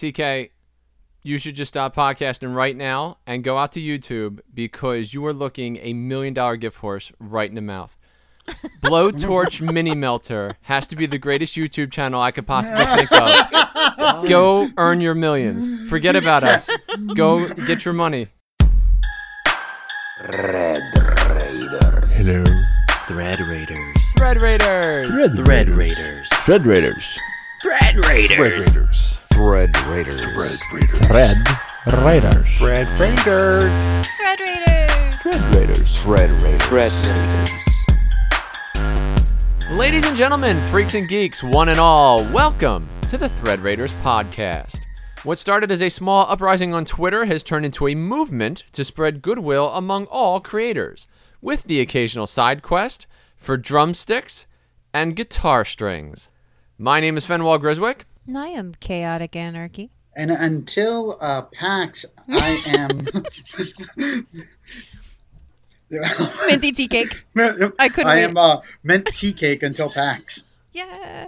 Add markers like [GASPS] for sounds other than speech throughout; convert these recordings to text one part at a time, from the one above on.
TK, you should just stop podcasting right now and go out to YouTube because you are looking a million dollar gift horse right in the mouth. Blowtorch Mini Melter has to be the greatest YouTube channel I could possibly think of. Go earn your millions. Forget about us. Go get your money. Red Raiders. Hello. Thread Raiders. Thread Raiders. Thread Raiders. Thread Raiders. Thread Raiders. Raiders. Thread Raiders. Thread Raiders. Thread Raiders. Thread Raiders. Thread Raiders. Thread Raiders. Thread Raiders. Thread Raiders. Ladies and gentlemen, freaks and geeks, one and all, welcome to the Thread Raiders podcast. What started as a small uprising on Twitter has turned into a movement to spread goodwill among all creators, with the occasional side quest for drumsticks and guitar strings. My name is Fenwall Griswick. And I am chaotic anarchy. And until uh, PAX, I am. Minty tea cake. I couldn't I wait. am uh, mint tea cake until PAX. [LAUGHS] Yeah.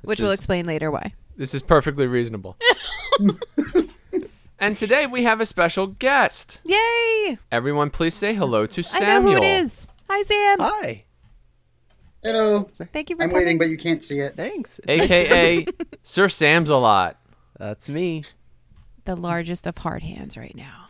Which This we'll is- explain later why. This is perfectly reasonable. and today we have a special guest. Yay! Everyone, please say hello to I know Samuel. who it is. Hi, Sam. Hi. Hello. Thank you for I'm coming. waiting, but you can't see it. Thanks. [LAUGHS] AKA Sir Sam's a lot. That's me. The largest of hard hands right now.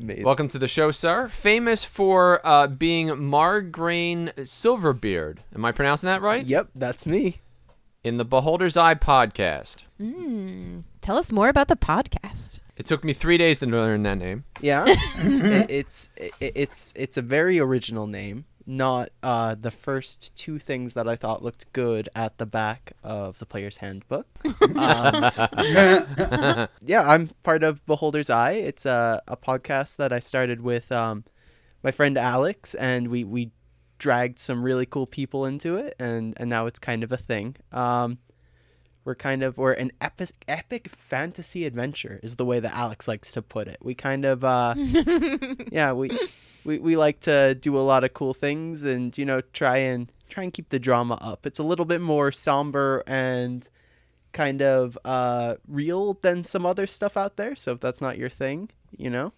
Amazing. Welcome to the show, sir. Famous for uh, being Margraine Silverbeard. Am I pronouncing that right? Yep, that's me. In the Beholder's Eye podcast. Tell us more about the podcast. It took me three days to learn that name. Yeah. I- it's i it's it's a very original name. Not uh, the first two things that I thought looked good at the back of the player's handbook. Um, [LAUGHS] yeah, I'm part of Beholder's Eye. It's a, a podcast that I started with um, my friend Alex, and we, we dragged some really cool people into it, and, and now it's kind of a thing. Um, we're kind of we're an epic epic fantasy adventure is the way that Alex likes to put it. We kind of uh, yeah we, we we like to do a lot of cool things and you know try and try and keep the drama up. It's a little bit more somber and kind of uh, real than some other stuff out there. So if that's not your thing, you know.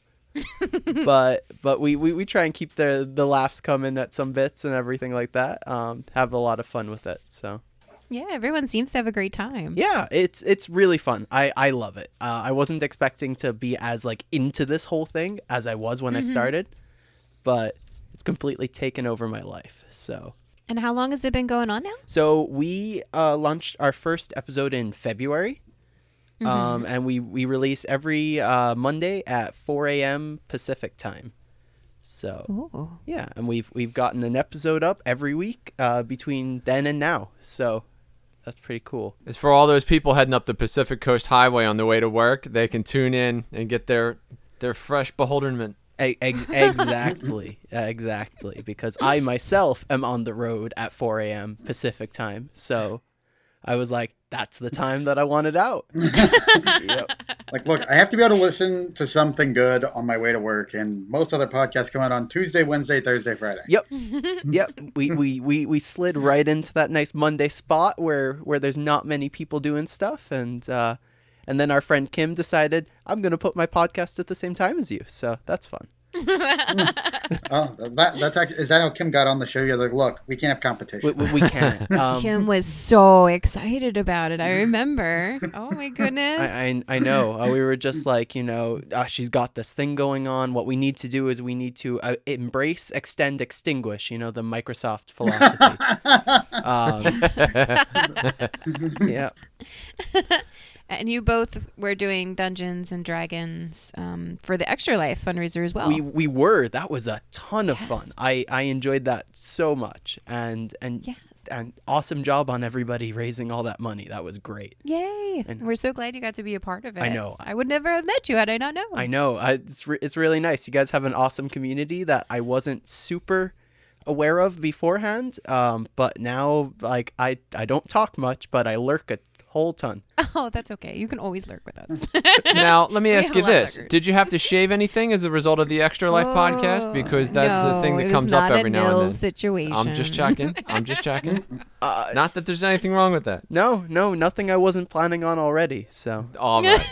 but but we, we, we try and keep the the laughs coming at some bits and everything like that. Um, have a lot of fun with it. So Yeah, everyone seems to have a great time. yeah, it's it's really fun. I I love it. Uh, I wasn't expecting to be as like into this whole thing as I was when I started, but it's completely taken over my life. So And how long has it been going on now? so we uh, launched our first episode in February, um, and we we release every uh, Monday at 4 a.m. Pacific time. So Ooh. yeah, and we've we've gotten an episode up every week uh, between then and now. So that's pretty cool. It's for all those people heading up the Pacific Coast Highway on their way to work. They can tune in and get their their fresh [LAUGHS] beholderment. E- ex- exactly, Uh, exactly. Because I myself am on the road at 4 a.m. Pacific time, so I was like, "That's the time that I wanted out." Yep. Like, look, I have to be able to listen to something good on my way to work, and most other podcasts come out on Tuesday, Wednesday, Thursday, Friday. Yep, yep. We, we we we slid right into that nice Monday spot where where there's not many people doing stuff, and uh, and then our friend Kim decided I'm gonna put my podcast at the same time as you, so that's fun. Oh, that, that's act- is that how Kim got on the show? You're like, look, we can't have competition. We, we, we can't. Um, Kim [LAUGHS] was so excited about it. I remember. [LAUGHS] Oh my goodness. I, I, I know. Uh, we were just like, you know, uh, she's got this thing going on. What we need to do is we need to uh, embrace, extend, extinguish, you know, the Microsoft philosophy. um, yeah. and you both were doing Dungeons and Dragons um, for the Extra Life fundraiser as well. We, we were. That was a ton of fun. I, I enjoyed that so much. And, and, Yes. and awesome job on everybody raising all that money. That was great. Yay! And- We're so glad you got to be a part of it. I know. I would never have met you had I not known. I know. I, it's re- it's really nice. You guys have an awesome community that I wasn't super aware of beforehand. Um, but now like I I don't talk much, but I lurk a whole ton. [LAUGHS] Oh, that's okay. You can always lurk with [LAUGHS] us. Now, let me We ask have you a lot of this: records. Did you have to shave anything as a result of the Extra Life podcast? Oh, Because that's the thing no, that it comes was up not a every now nil and then. Situation. I'm just checking. I'm just [LAUGHS] checking. Uh, Not that there's anything wrong with that. no, no, nothing I wasn't planning on already. So [LAUGHS] All right.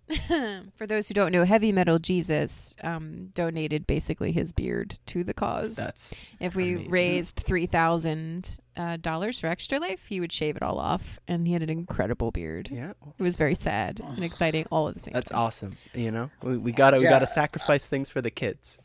[LAUGHS] For those who don't know, Heavy Metal Jesus um, donated basically his beard to the cause. that's if we amazing. raised three thousand uh, dollars for Extra Life, he would shave it all off, and he had an incredible beard. yeah, It was very sad [SIGHS] and exciting all at the same that's time. awesome. You know, we, we gotta we Yeah. gotta sacrifice things for the kids.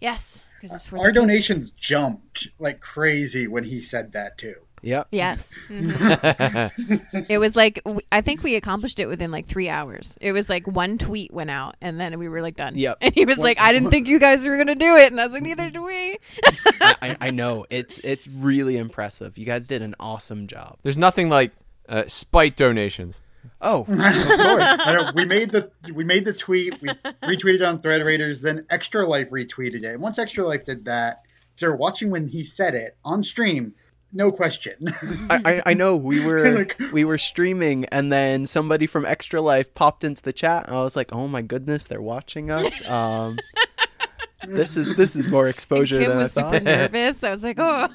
Yes, because it's for the Our kids. donations jumped like crazy when he said that too. Yep. Yes. Mm-hmm. Mhm. [LAUGHS] it was like w- I think we accomplished it within like three hours. It was like one tweet went out and then we were like done. Yep. [LAUGHS] And he was like, [LAUGHS] I didn't think you guys were gonna do it, and I was like, neither do we. I, I, I know it's it's really impressive. You guys did an awesome job. There's nothing like uh, spite donations. Oh, of course. I know, we made the we made the tweet. We retweeted on Thread Raiders. Then Extra Life retweeted it. And once Extra Life did that, they were watching when he said it on stream. No question. [LAUGHS] I, I, I know we were Like- we were streaming and then somebody from Extra Life popped into the chat and I was like, Oh my goodness, they're watching us. Um, this is this is more exposure Kim than I was super thought. nervous. I was like, oh.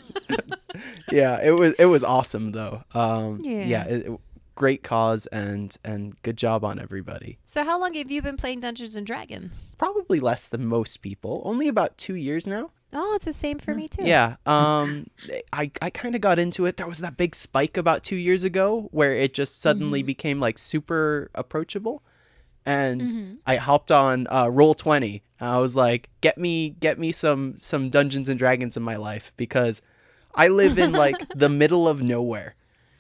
yeah, it was it was awesome though. Um, yeah, Yeah. it, it- great cause and and good job on everybody. So how long have you been playing Dungeons and Dragons? Probably less than most people. Only about two years now. Oh, it's the same for me too. Yeah. Um, I, I kind of got into it. There was that big spike about two years ago where it just suddenly became like super approachable. And Mm-hmm. I hopped on uh, roll twenty. And I was like, "Get me, get me some some Dungeons and Dragons in my life because I live in like [LAUGHS] the middle of nowhere."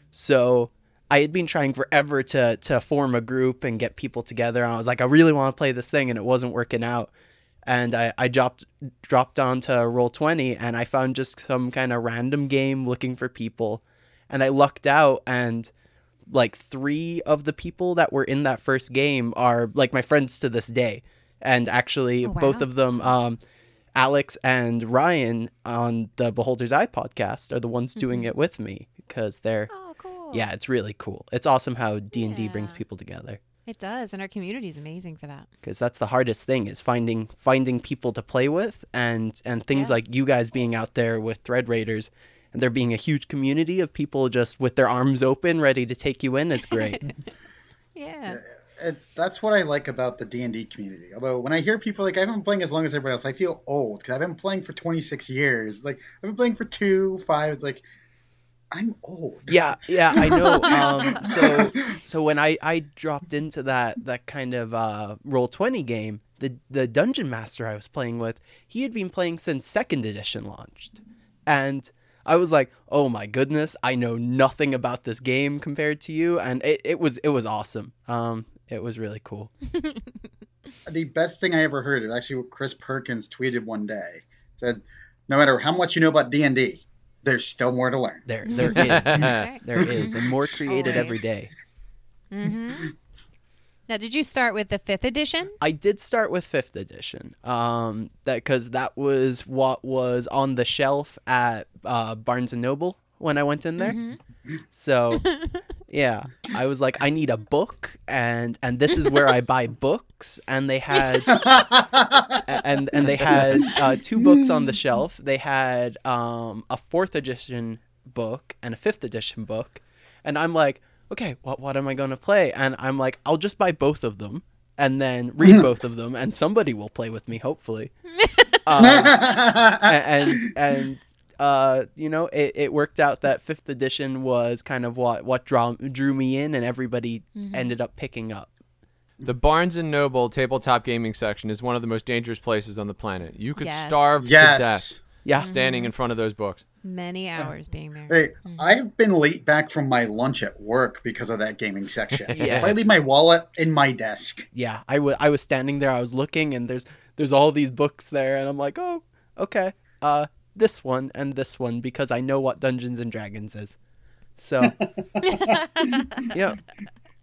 So I had been trying forever to to form a group and get people together. And I was like, I really want to play this thing, and it wasn't working out. And I, I dropped dropped onto Roll Twenty, and I found just some kind of random game looking for people, and I lucked out, and like three of the people that were in that first game are like my friends to this day, and actually Oh, wow. both of them, um, Alex and Ryan on the Beholder's Eye podcast, are the ones doing it with me because they're Mm-hmm. Oh, cool. yeah, it's really cool. It's awesome how D and D brings Yeah. people together It does, and our community is amazing for that. because that's the hardest thing is finding finding people to play with and and things Yeah. like you guys being out there with Thread Raiders and there being a huge community of people just with their arms open ready to take you in. It's great. Yeah. it, that's what I like about the D and D community. Although when I hear people like I've been playing as long as everybody else, I feel old because I've been playing for 26 years. Like I've been playing for two, five. It's like I'm old. yeah, yeah, I know. Um, so so when I I dropped into that that kind of uh, roll twenty game. The, the dungeon master I was playing with, he had been playing since second edition launched. and I was like, "Oh my goodness, I know nothing about this game compared to you," and it, it was it was awesome. Um, it was really cool. the best thing I ever heard is actually what Chris Perkins tweeted one day. Said, "No matter how much you know about D and D, there's still more to learn." There there [LAUGHS] is [LAUGHS] That's right. there is and more created Always. every day. Mm-hmm. Now, did you start with the fifth edition? I did start with fifth edition. Um, that because that was what was on the shelf at uh, Barnes and Noble when I went in there. Mm-hmm. So, yeah, I was like, I need a book, and and this is where I buy books. And they had a- and and they had uh, two books on the shelf. They had um, a fourth edition book and a fifth edition book, and I'm like, okay, what what am I going to play? And I'm like, I'll just buy both of them and then read both of them, and somebody will play with me, hopefully. Um, a- and and uh, you know, it, it worked out that fifth edition was kind of what what draw, drew me in, and everybody ended up picking up. The Barnes and Noble tabletop gaming section is one of the most dangerous places on the planet. You could Yes. starve Yes. to death Yeah, standing in front of those books. Many hours being there. Hey, I've been late back from my lunch at work because of that gaming section. Yeah. If I leave my wallet in my desk, yeah. I wa- I was standing there, I was looking, and there's there's all these books there, and I'm like, oh, okay, uh, this one and this one because I know what Dungeons and Dragons is. So, yeah,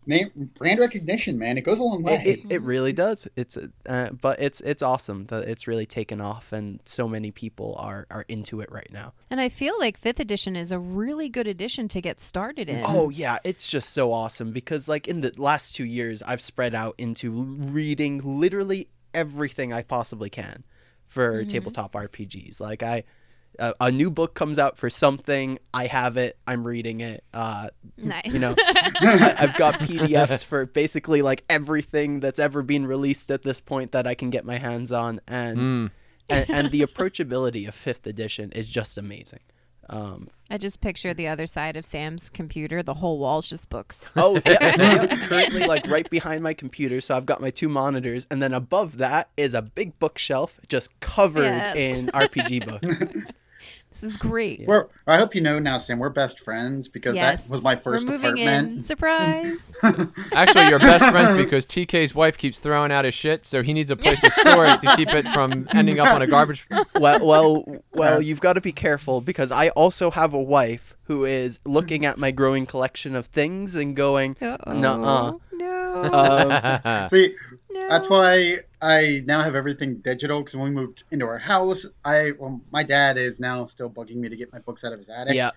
name brand recognition, man. It goes a long way. It, it, it really does. It's a- uh, but it's it's awesome that it's really taken off and so many people are are into it right now. And I feel like fifth edition is a really good edition to get started in. Oh yeah, it's just so awesome because like in the last 2 years I've spread out into reading literally everything I possibly can for tabletop RPGs. Like I a a new book comes out for something, I have it, I'm reading it. Uh [LAUGHS] nice. [LAUGHS] you know I, i've got pdfs for basically like everything that's ever been released at this point that i can get my hands on and Mm. and, and the approachability of fifth edition is just amazing um, I just picture the other side of Sam's computer. The whole wall's just books. [LAUGHS] oh yeah, yeah, currently like right behind my computer so i've got my two monitors and then above that is a big bookshelf just covered Yes. in rpg books This is great. We're, I hope you know now, Sam. We're best friends because yes. that was my first We're moving in. apartment. [LAUGHS] Surprise. Actually, you're best [LAUGHS] friends because TK's wife keeps throwing out his shit, so he needs a place to store it to keep it from ending up on a garbage. well, well, well, you've got to be careful because I also have a wife who is looking at my growing collection of things and going, [LAUGHS] uh, Uh-oh. Nuh-uh. No. [LAUGHS] um, See, no. uh, that's [LAUGHS] why I now have everything digital. Because when we moved into our house, I well, my dad is now still bugging me to get my books out of his attic. yeah,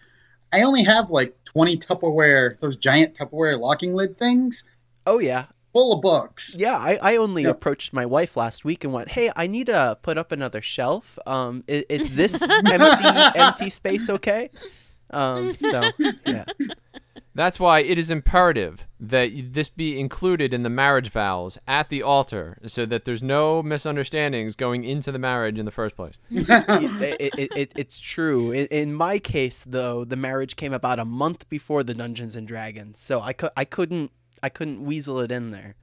I only have like 20 Tupperware, those giant Tupperware locking lid things, oh yeah, full of books. yeah. I, I only Yep. approached my wife last week and went, "Hey, I need to put up another shelf. Um, is, is this empty empty space okay?" Um, so yeah, [LAUGHS] That's why it is imperative that y- this be included in the marriage vows at the altar so that there's no misunderstandings going into the marriage in the first place. it, it, it, it's true. In, in my case, though, the marriage came about a month before the Dungeons and Dragons, so I could I couldn't I couldn't weasel it in there.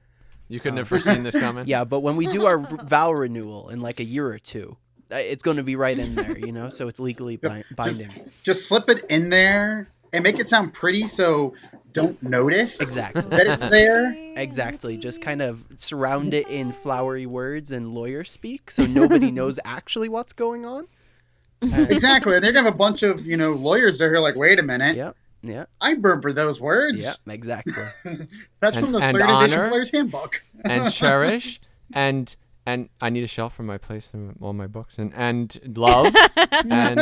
You couldn't have Um, foreseen this [LAUGHS] Uh-huh. coming. Yeah, but when we do [LAUGHS] our r- vow renewal in like a year or two, uh, it's going to be right in there, you know, so it's legally bi- Just, binding. [LAUGHS] just slip it in there and make it sound pretty so don't notice Exactly. that [LAUGHS] it's there. [LAUGHS] Exactly. Just kind of surround it in flowery words and lawyer speak so [LAUGHS] nobody knows actually what's going on. And, exactly. And they're going to have a bunch of, you know, lawyers there who are like, wait a minute. yeah, yeah, I remember those words. yeah, [LAUGHS] exactly. And- That's from the and third honor. edition player's handbook. And cherish and and I need a shelf for my place and all my books and and love and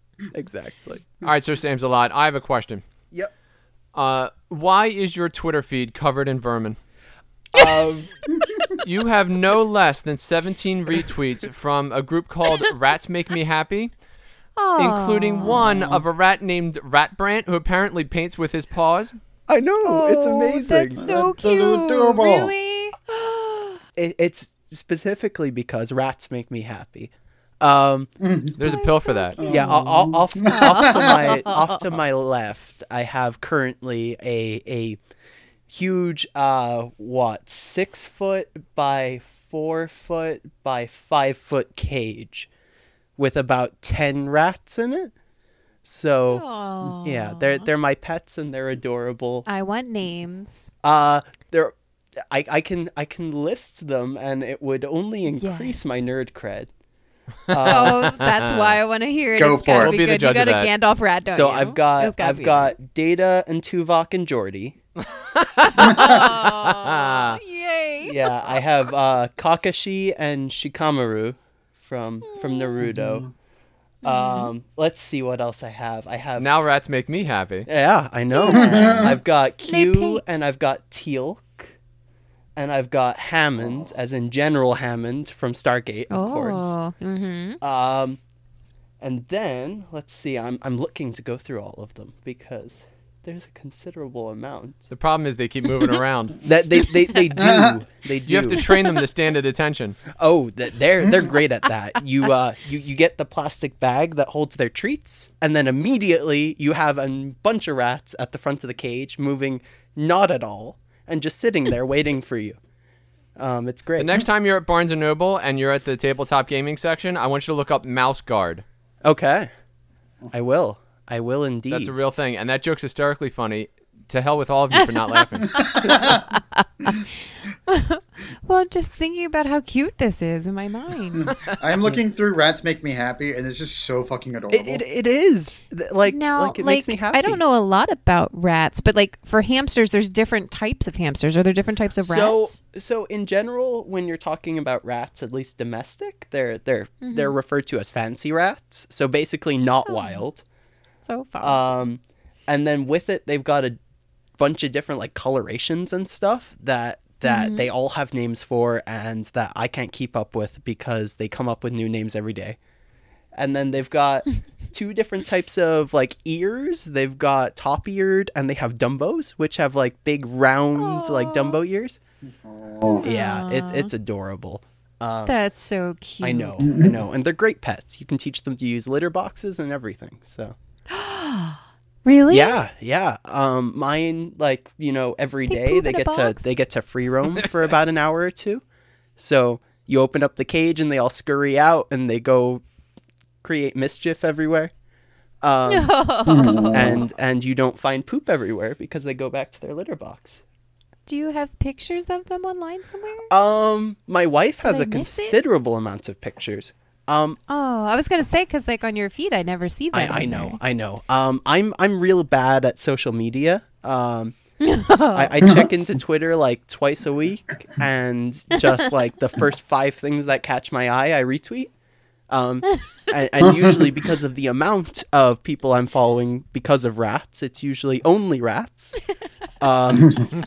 [LAUGHS] Exactly. All right, so Sam's a lot. I have a question. Yep. Uh, why is your Twitter feed covered in vermin? Um, You have no less than 17 retweets from a group called Rats Make Me Happy, Oh. including one of a rat named Ratbrant who apparently paints with his paws. I know. it's Oh, amazing. That's so That's cute. adorable. Really? It, it's specifically because rats make me happy. Um, There's a pill for that. Yeah, o- o- off, off to my off to my left, I have currently a a huge uh what six foot by four foot by five foot cage with about ten rats in it. So Oh. yeah, they're they're my pets and they're adorable. I want names. Uh, they're I, I can I can list them and it would only increase Yes. my nerd [LAUGHS] cred. Uh, Oh, that's why I want to hear it. Go It's gotta for it. We'll be the good. judge you of got a that. Gandalf rat, Oh, don't So you? I've got It's gotta I've be got Data and Tuvok and Jordy. [LAUGHS] Oh, yay. yeah, I have uh, Kakashi and Shikamaru from Mm. from Naruto. Mm-hmm. Um, let's see what else I have. I have Now rats make me happy. yeah, I know. [LAUGHS] I've got They Q paint. and I've got Teal'c, and I've got Hammond, as in General Hammond from Stargate, of course. Oh, mhm. Um, and then let's see. I'm I'm looking to go through all of them because there's a considerable amount The problem is they keep moving around. [LAUGHS] that they they, [LAUGHS] they do they do. You have to train them to stand at attention. Oh, th- they're they're great at that. You uh, you you get the plastic bag that holds their treats, and then immediately you have a bunch of rats at the front of the cage, moving not at all, and just sitting there waiting for you. Um, it's great. The next time you're at Barnes and Noble and you're at the tabletop gaming section, I want you to look up mouse guard. okay, I will. I will indeed. That's a real thing, and that joke's hysterically funny. to hell with all of you for not [LAUGHS] laughing. Well, just thinking about how cute this is in my mind. [LAUGHS] I'm looking through Rats Make Me Happy, and it's just so fucking adorable. It, it, it is Th- [LAUGHS] like now, like like, it makes me happy. I don't know a lot about rats, but like for hamsters, there's different types of hamsters. Are there different types of rats? So so in general, when you're talking about rats, at least domestic, they're they're they're Mm-hmm. referred to as fancy rats. So basically, not Oh. wild. so far. Um, and then with it, they've got a bunch of different like colorations and stuff that that they all have names for, and that I can't keep up with because they come up with new names every day. And then they've got two different types of like ears. They've got top eared, and they have dumbos, which have like big round like Dumbo ears. Yeah, it's it's adorable. Um, That's so cute. I [LAUGHS] know, I know, and they're great pets. You can teach them to use litter boxes and everything. So. Really? Yeah, yeah. Um, mine, like you know, every They day they poop in a get box? to they get to free roam for about an hour or two. So you open up the cage and they all scurry out and they go create mischief everywhere. [LAUGHS] Um, [LAUGHS] and and you don't find poop everywhere because they go back to their litter box. Do you have pictures of them online somewhere? Um, my wife has I a miss it? considerable amount of pictures. Um, Oh, I was gonna say because like on your feed, I never see them. I, I know, I know. Um, I'm I'm real bad at social media. Um, I, I check into Twitter like twice a week, and just like the first five things that catch my eye, I retweet. Um, and, and usually because of the amount of people I'm following because of rats, it's usually only rats. Um,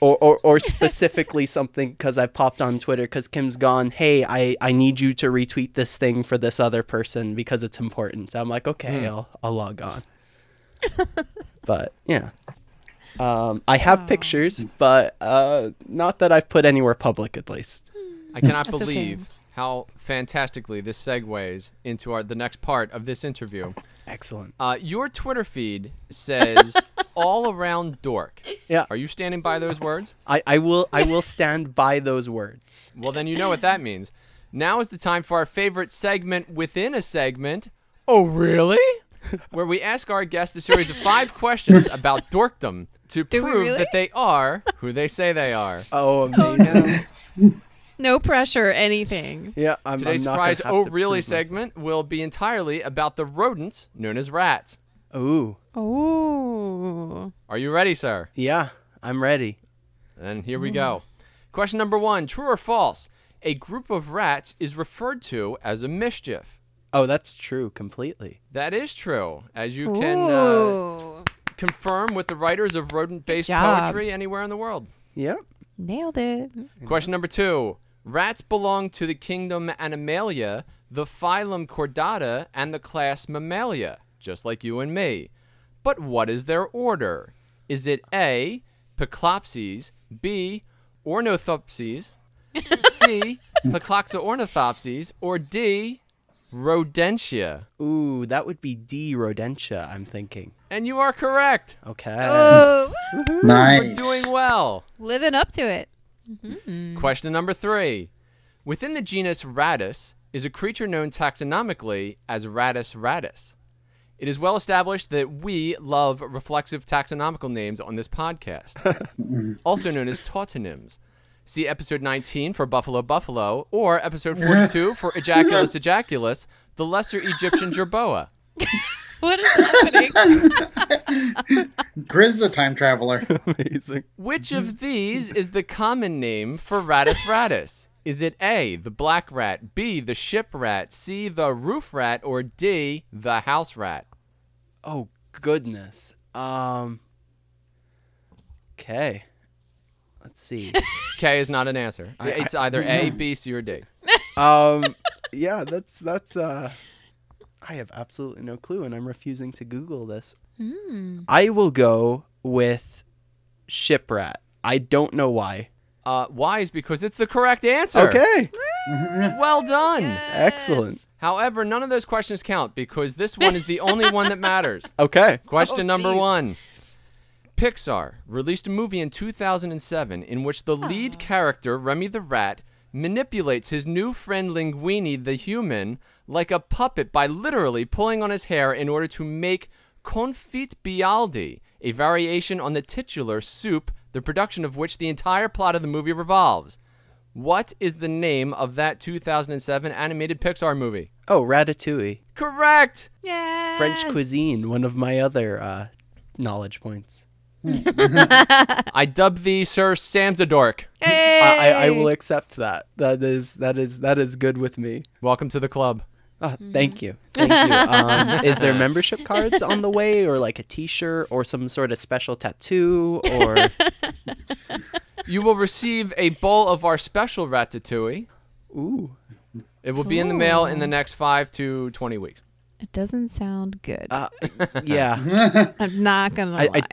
or, or, or specifically something because I popped on Twitter because Kim's gone, hey, I, I need you to retweet this thing for this other person because it's important. So I'm like, okay, Hmm. I'll, I'll log on. but yeah. Um, I have pictures, but uh, not that I've put anywhere public at least. I cannot That's okay. believe how fantastically this segues into our the next part of this interview. Excellent. Uh, your Twitter feed [LAUGHS] says all around dork. Yeah. Are you standing by those words? I, I will I will stand by those words. Well, then you know what that means. Now is the time for our favorite segment within a segment. Oh, really? [LAUGHS] Where we ask our guests a series of five questions about dorkdom to Do we prove really? that they are who they say they are. Oh, amazing! No pressure, or anything. Yeah, I'm, Today's I'm not prize gonna have Oh to Really prove myself. segment will be entirely about the rodents known as rats. Ooh, Oh, Are you ready, sir? yeah, I'm ready. And here we go. Mm. Question number one True or false? A group of rats is referred to as a mischief. Oh, that's true completely. That is true, as you ooh, can uh, confirm with the writers of rodent based Good job. poetry anywhere in the world. Yep. nailed it. Question number two Rats belong to the kingdom Animalia, the phylum Chordata, and the class Mammalia, just like you and me. But what is their order? Is it A, Piclopses, B, Ornithopses, [LAUGHS] C, Picloxaornithopses, or D, Rodentia? Ooh, that would be D. Rodentia. I'm thinking. And you are correct. Okay. Oh, [LAUGHS] nice. Doing well. living up to it. Question number three. Within the genus Rattus is a creature known taxonomically as Rattus rattus. It is well established that we love reflexive taxonomical names on this podcast, also known as tautonyms. See episode 19 for Buffalo Buffalo or episode 42 for Ejaculus Ejaculus, the lesser Egyptian jerboa. What is [LAUGHS] happening? Grizz the [LAUGHS] time traveler. [LAUGHS] amazing. Which of these is the common name for Rattus rattus? Is it A, the black rat, B, the ship rat, C, the roof rat, or D, the house rat? Oh goodness. Um. Okay. Let's see. K is not an answer. it's either A, B, C, or D. um. Yeah, that's that's. uh I have absolutely no clue, and I'm refusing to Google this. I will go with shiprat. I don't know why. Uh, why is because it's the correct answer. Okay. Well done. Excellent. However, none of those questions count because this one is the only one that matters. Okay. Question Oh, number geez. one. Pixar released a movie in 2007 in which the lead character, Remy the Rat, manipulates his new friend Linguini the human like a puppet by literally pulling on his hair in order to make confit bialdi, a variation on the titular soup, the production of which the entire plot of the movie revolves. What is the name of that 2007 animated Pixar movie? Oh, Ratatouille. Correct! Yeah. French cuisine, one of my other uh, knowledge points. I dub thee Sir Samsadork. I, I, I will accept that. That is that is that is good with me. Welcome to the club. Ah, Mm-hmm. Thank you, [LAUGHS] thank you. Um, is there membership cards on the way, or like a T-shirt, or some sort of special tattoo, or [LAUGHS] You will receive a bowl of our special ratatouille. ooh? It will be in the mail in the next 5 to 20 weeks. It doesn't sound good. [LAUGHS] Uh, yeah, [LAUGHS] I'm not gonna I- lie. [LAUGHS]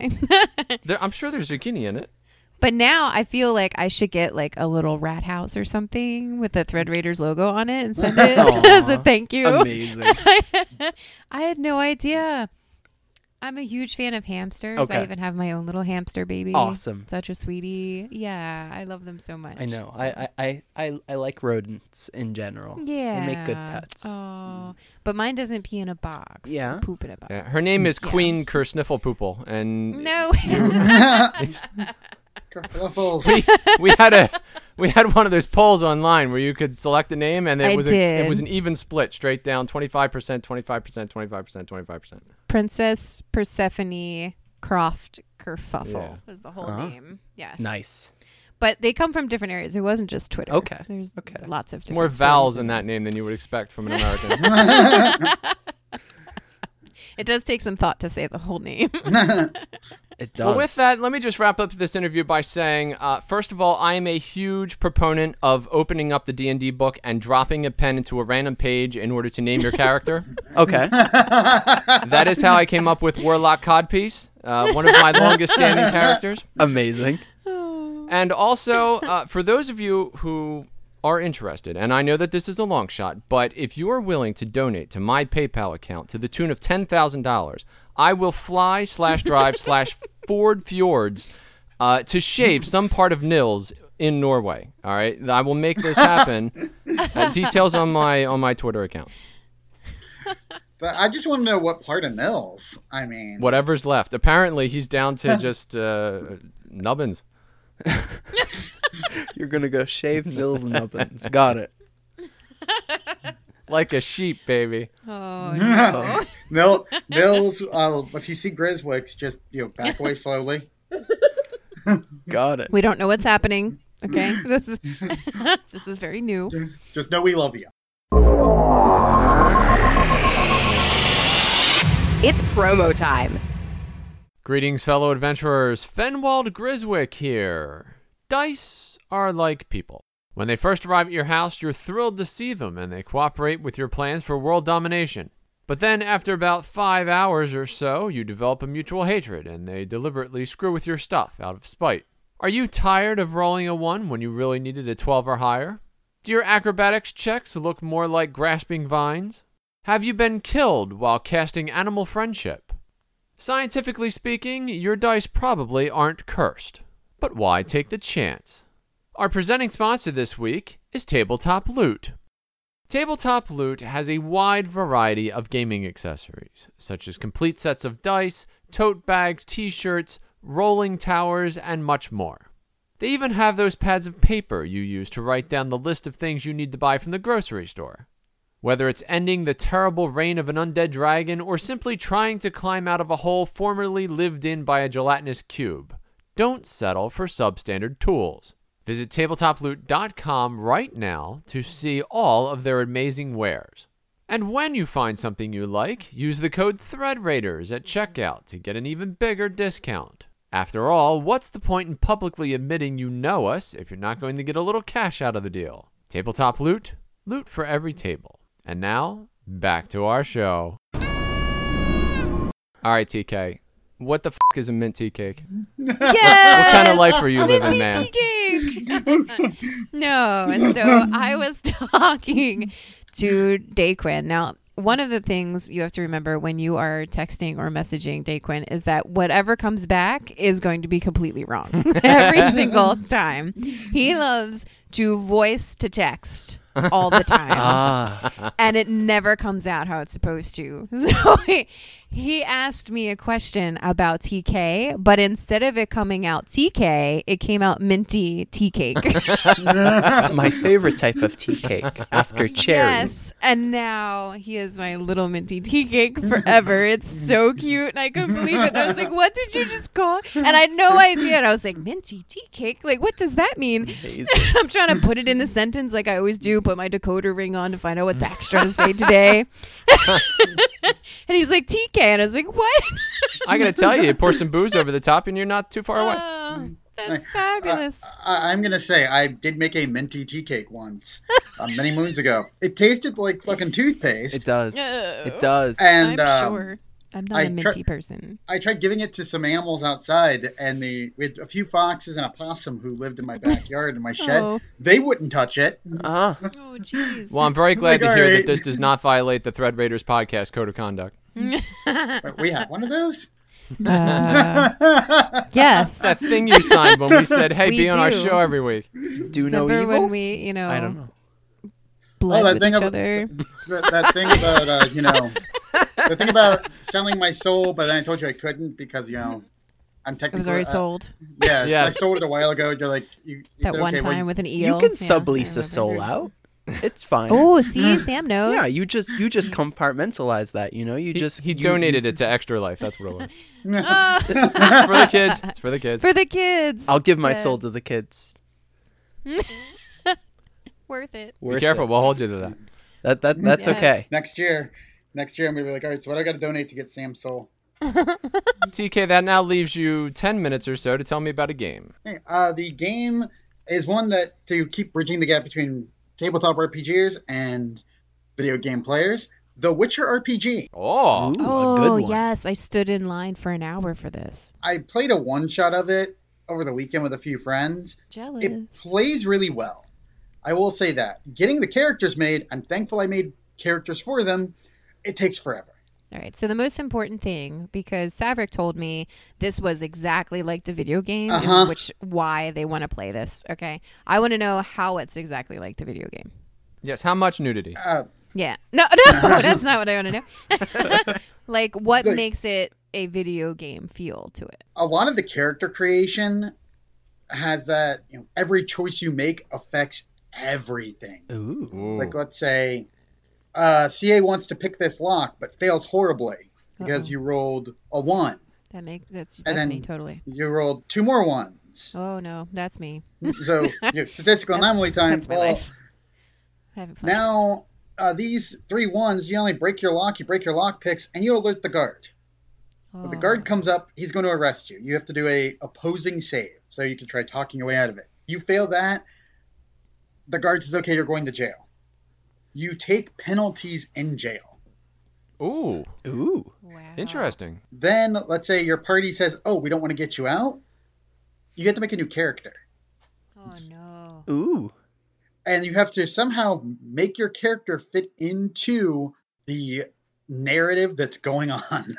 I- There, I'm sure there's zucchini in it. but now I feel like I should get like a little rat house or something with the Thread Raiders logo on it and [LAUGHS] send it as a thank you. amazing. I had no idea. I'm a huge fan of hamsters. I Okay. even have my own little hamster baby. Awesome. Such a sweetie. Yeah, I love them so much. I know. I, I- I, I, I like rodents in general. Yeah. They make good pets. Oh, but mine doesn't pee in a box. Yeah. I poop in a box. Yeah, her name is Queen Kersniffle Poople, and [LAUGHS] No. Kerfuffles. we had a we had one of those polls online where you could select a name, and it I was A, it did. was an even split, straight down, 25 percent, 25 percent, 25 percent, 25 percent. Princess Persephone Croft Kerfuffle is the whole name. Yes. Uh-huh. Nice. But they come from different areas. It wasn't just Twitter. Okay. There's Okay. lots of different More stories vowels in in there. that name than you would expect from an American. It does take some thought to say the whole name. It does. Well, with that, let me just wrap up this interview by saying, uh, first of all, I am a huge proponent of opening up the D and D book and dropping a pen into a random page in order to name your character. [LAUGHS] okay. that is how I came up with Warlock Codpiece, uh, one of my longest-standing characters. Amazing. And also, uh, for those of you who are interested, and I know that this is a long shot, but if you are willing to donate to my PayPal account to the tune of ten thousand dollars, I will fly slash drive slash Ford Fjords uh, to shave some part of Nils in Norway. All right, I will make this happen. Uh, details on my on my Twitter account. But I just want to know what part of Nils. I mean, [LAUGHS] Whatever's left. Apparently, he's down to just uh, nubbins. You're gonna go shave Nils Nubbins. Got it. Like a sheep, baby. [LAUGHS] oh, Nil, Nils. Uh, if you see Griswicks, just you know, back [LAUGHS] away slowly. Got it. we don't know what's happening. Okay, [LAUGHS] this is this is very new. Just know we love you. It's promo time. Greetings, fellow adventurers. Fenwald Griswick here. Dice are like people. When they first arrive at your house, you're thrilled to see them and they cooperate with your plans for world domination. But then, after about five hours or so, you develop a mutual hatred and they deliberately screw with your stuff out of spite. Are you tired of rolling a 1 when you really needed a 12 or higher? Do your acrobatics checks look more like grasping vines? Have you been killed while casting animal friendship? Scientifically speaking, your dice probably aren't cursed. But why take the chance? Our presenting sponsor this week is Tabletop Loot. Tabletop Loot has a wide variety of gaming accessories, such as complete sets of dice, tote bags, t shirts, rolling towers, and much more. They even have those pads of paper you use to write down the list of things you need to buy from the grocery store. Whether it's ending the terrible reign of an undead dragon or simply trying to climb out of a hole formerly lived in by a gelatinous cube, don't settle for substandard tools. Visit tabletoploot.com right now to see all of their amazing wares. And when you find something you like, use the code ThreadRaiders at checkout to get an even bigger discount. After all, what's the point in publicly admitting you know us if you're not going to get a little cash out of the deal? Tabletop loot, loot for every table. And now, back to our show. All right, TK. What the f is a mint tea cake? Yes! What kind of life are you living, man? no, so I was [LAUGHS] talking to Daquin. Now, one of the things you have to remember when you are texting or messaging Daquin is that whatever comes back is going to be completely [LAUGHS] wrong every single time. He loves to voice to text [LAUGHS] all the time Ah, and it never comes out how it's supposed to. [LAUGHS] So he, He asked me a question about TK, but instead of it coming out TK, it came out minty tea cake. My favorite type of tea cake [LAUGHS] after cherry. Yes, and now he is my little minty tea cake forever. it's so cute, and I couldn't believe it. And I was like, "What did you just call?" And I had no idea. And I was like, "Minty tea cake? Like, what does that mean?" [LAUGHS] I'm trying to put it in the sentence like I always do. Put my decoder ring on to find out what the extra to say today. [LAUGHS] and he's like TK, and I was like, "What?" I gotta tell you, pour some booze over the top, and you're not too far away. Oh, that's fabulous. I, I'm gonna say I did make a minty tea [LAUGHS] cake once, uh, many moons ago. It tasted like fucking toothpaste. It does. No. It does. and I'm um, sure. I'm not I a tr- minty person. I tried giving it to some animals outside, and the we had a few foxes and a possum who lived in my backyard in my shed. [LAUGHS] Oh. They wouldn't touch it. Uh, Oh, jeez. [LAUGHS] Well, I'm very glad to Like, hear that alright. this does not violate the Thread Raiders podcast code of conduct. But we have one of [LAUGHS] those. Uh, yes. That thing you signed when we said, "Hey, [LAUGHS] We be on our do. show every week." do no evil. Remember when um, we, you know, I don't know. bled Oh, that with thing each of- other. [LAUGHS] [LAUGHS] That, that thing about uh, you know, the thing about selling my soul, but then I told you I couldn't because you know, I'm It technically was already uh, sold Yeah, Yeah. I sold it a while ago. You're like you, you that said, one okay, well, time with an You eel. can Yeah, sublease I a soul remember. out. It's fine. Oh, see, Sam [LAUGHS] knows. Yeah, [LAUGHS] you just you just compartmentalize that. You know, you He, just he you- donated it to Extra Life. That's what it was. [LAUGHS] [LAUGHS] Oh, It's for the kids. It's for the kids. for the kids. I'll give my Yeah. soul to the kids. Worth it. be Worth careful. it. We'll hold you to that. That that that's Yes. okay. [LAUGHS] next year. Next year, I'm gonna be like, all right, so what I got to donate to get Sam's soul? TK, that now leaves you 10 minutes or so to tell me about a game. Hey, Uh, the game is one that to keep bridging the gap between tabletop RPGers and video game players. The Witcher RPG. Oh, Ooh, Oh, a good one. yes. I stood in line for an hour for this. I played a one shot of it over the weekend with a few friends. Jealous. It plays really well. I will say that. Getting the characters made, I'm thankful I made characters for them. It takes forever. All right. So the most important thing, because Saverick told me this was exactly like the video game, and Uh-huh. which why they want to play this. Okay. I want to know how it's exactly like the video game. yes. How much nudity? Uh, Yeah. No, [LAUGHS] no, that's not what I want to know. [LAUGHS] like, what makes it a video game feel to it? a lot of the character creation has that you know every choice you make affects everything Ooh. Ooh. like let's say uh, ca wants to pick this lock but fails horribly because Uh-oh. you rolled a one That make that's that's then- me totally. you rolled two more ones Oh no, that's me. [LAUGHS] so your statistical Oh. That's- anomaly time that's my well life. I haven't flashed now uh, these three ones you only break your lock you break your lock picks and you alert the guard this. When the Oh. guard comes up, he's going to arrest you. You have to do a opposing save, so you can try talking your way out of it. You fail that, the guard says, "Okay, you're going to jail." You take penalties in jail. Ooh, Ooh. Oh, Wow. interesting. Then, let's say your party says, "Oh, we don't want to get you out." You have to make a new character, Oh no. Ooh. and you have to somehow make your character fit into the narrative that's going [LAUGHS] on.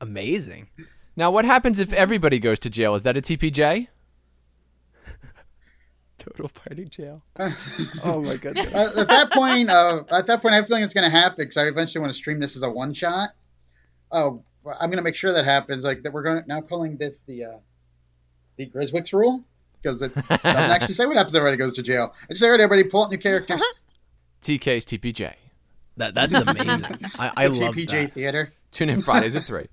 Amazing. Now, what happens if everybody goes to jail? Is that a TPJ? Total party jail. [LAUGHS] oh my goodness. Uh, at that point, uh, at that point, I have a feeling it's going to happen because I eventually want to stream this as a one shot. Oh, well, I'm going to make sure that happens. Like that, we're going to now calling this the uh, the Griswicks rule [LAUGHS] because it doesn't actually say what happens if everybody goes to jail. I just say, all right, everybody, pull out new characters. TK's TPJ. That that's amazing. [LAUGHS] I, I love TPJ that. theater. Tune in Fridays at [LAUGHS] 3.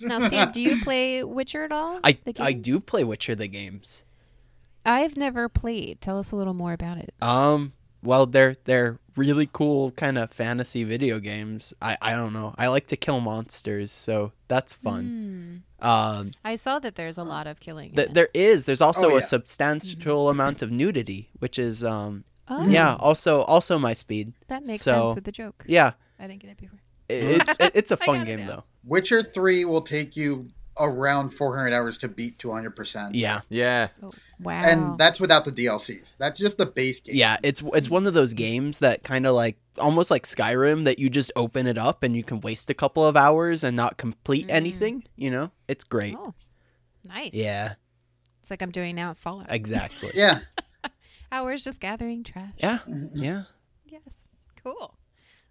Now, Sam, do you play Witcher at all? I The I games? do play Witcher the games. I've never played. Tell us a little more about it. Um. Well, they're they're really cool kind of fantasy video games. I I don't know. I like to kill monsters, so that's fun. Hmm. Um. I saw that there's a lot of killing. Th- there is. There's also Oh, yeah. a substantial amount of nudity, which is um Oh. yeah, also also my speed. that makes so, sense with the joke. Yeah, I didn't get it before. i- it's it- it's a I fun got it game now. though. Witcher three will take you around 400 hours to beat 200. percent Yeah. Yeah. Oh, wow. and that's without the DLCs. That's just the base game. Yeah, it's it's one of those games that kind of like almost like Skyrim that you just open it up and you can waste a couple of hours and not complete anything, you know? It's great. oh, nice. Yeah, It's like I'm doing now at Fallout. exactly. Yeah. Hours just gathering trash. Yeah. Yeah. Yes. Cool.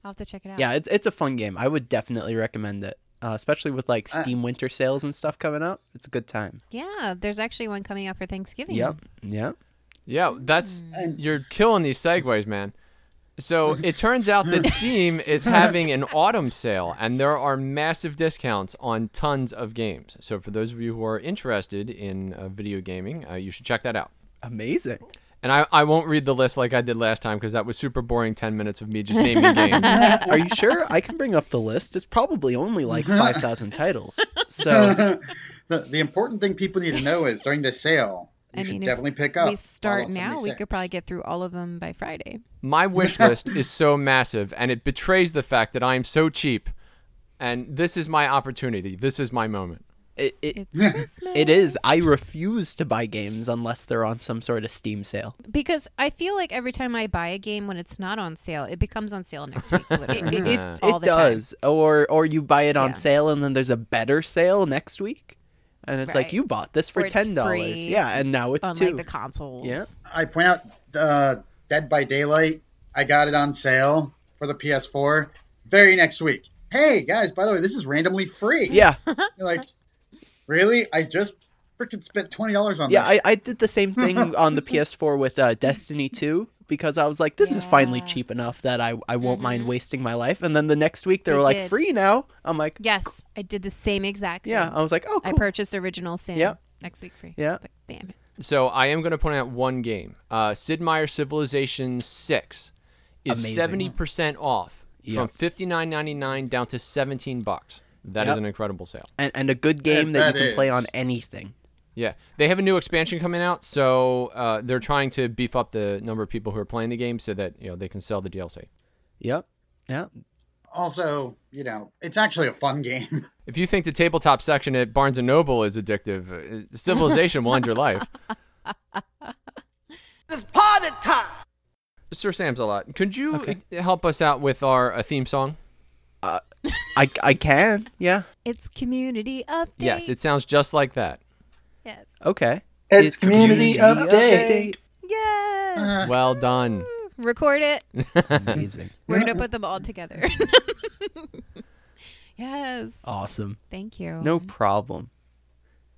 I'll have to check it out. Yeah, it's it's a fun game. I would definitely recommend it. uh, especially with like Steam winter sales and stuff coming up. It's a good time. Yeah, there's actually one coming out for Thanksgiving. Yep. Yep. Yeah, that's And- you're killing these segues, man. So it turns out that Steam is having an autumn sale, and there are massive discounts on tons of games. So for those of you who are interested in uh, video gaming, uh, you should check that out. [LAUGHS] Amazing. And I, I won't read the list like I did last time because that was super boring. Ten minutes of me just naming games. [LAUGHS] Are you sure? I can bring up the list. It's probably only like 5,000 titles. So, The, the important thing people need to know is during the sale, you I should mean, if definitely pick up. we start Fallout now, we 76. could probably get through all of them by Friday. My wish list is so massive, and it betrays the fact that I am so cheap. And this is my opportunity. This is my moment. it, [LAUGHS] it, It's Christmas. it is. I refuse to buy games unless they're on some sort of Steam [LAUGHS] sale. because I feel like every time I buy a game when it's not on sale, it becomes on sale next week. [LAUGHS] It, Literally. it, it, All it the time. does. Or, or you buy it on Yeah. sale and then there's a better sale next week. And it's like, Right. you bought this for Or it's free $10. Yeah. And now it's on two. like the consoles. Yeah. I point out uh, Dead by Daylight. I got it on sale for the PS4 very next week. Hey guys, by the way, this is randomly free. yeah. You're like, really? I just freaking spent twenty dollars on Yeah, this. I, I did the same thing on the PS4 with uh, Destiny 2 because I was like, this is finally cheap enough that I, I won't mind wasting my life. And then the next week they You were like, Mm-hmm. did. free now. I'm like, Yes, I did the same exact. yeah. thing. I was like, oh, I cool. purchased Original Sin. Yeah. Next week free. Yeah. Like, damn it. So I am going to point out one game. Uh, Sid Meier Civilization Six is Amazing. seventy percent off Yeah. from fifty nine ninety nine down to seventeen bucks. That is Yep. an incredible sale. and, and a good game And that you that can play is- on anything. Yeah, they have a new expansion coming out, so uh, they're trying to beef up the number of people who are playing the game so that you know they can sell the DLC. Yep. Yeah. also, you know, it's actually a [LAUGHS] fun game. If you think the tabletop section at Barnes and Noble is addictive, uh, Civilization will end your life. This party time. Sir Sam's a lot. Could you Okay. uh, help us out with our uh, theme song? I, I can. Yeah. It's community update. Yes, it sounds just like that. yes. Okay. It's community update. Uh. Yes. Well done. [LAUGHS] [LAUGHS] Record it. update. Amazing. We're gonna put them [LAUGHS] all together. yes. Awesome. Thank you. No problem.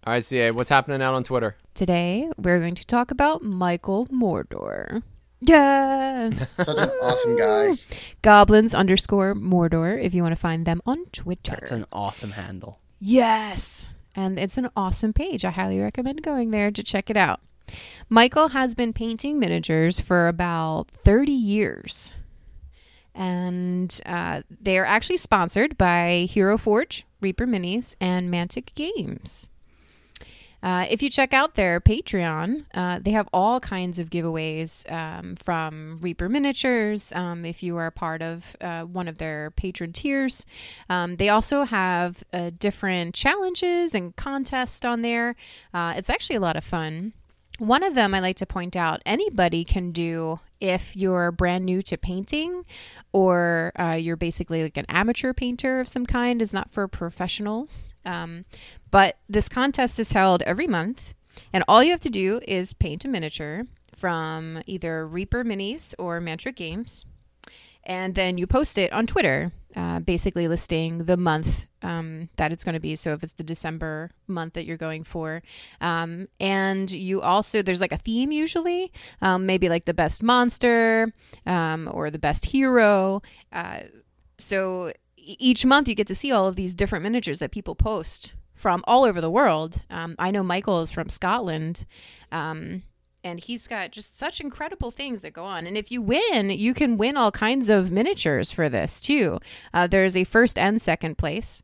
All right, CA, what's happening out on Twitter? Today we're going to talk about Michael Mordor. [LAUGHS] Yes. Such an awesome guy. Goblins underscore Mordor if you want to find them on Twitter. That's an awesome handle. Yes. And it's an awesome page. I highly recommend going there to check it out. Michael has been painting miniatures for about 30 years. And uh, they are actually sponsored by Hero Forge, Reaper Minis, and Mantic Games. Uh, if you check out their Patreon, uh, they have all kinds of giveaways um, from Reaper Miniatures. Um, if you are part of uh, one of their patron tiers, um, they also have uh, different challenges and contests on there. Uh, it's actually a lot of fun. One of them I like to point out anybody can do if you're brand new to painting or uh, you're basically like an amateur painter of some kind, it's not for professionals. Um, but this contest is held every month, and all you have to do is paint a miniature from either Reaper Minis or Mantra Games and then you post it on Twitter, uh, basically listing the month um, that it's going to be. So if it's the December month that you're going for, um, and you also there's like a theme usually, um, maybe like the best monster um, or the best hero. Uh, so e- each month you get to see all of these different miniatures that people post from all over the world. Um, I know Michael is from Scotland. Um, and he's got just such incredible things that go on. And if you win, you can win all kinds of miniatures for this too. Uh, there's a first and second place.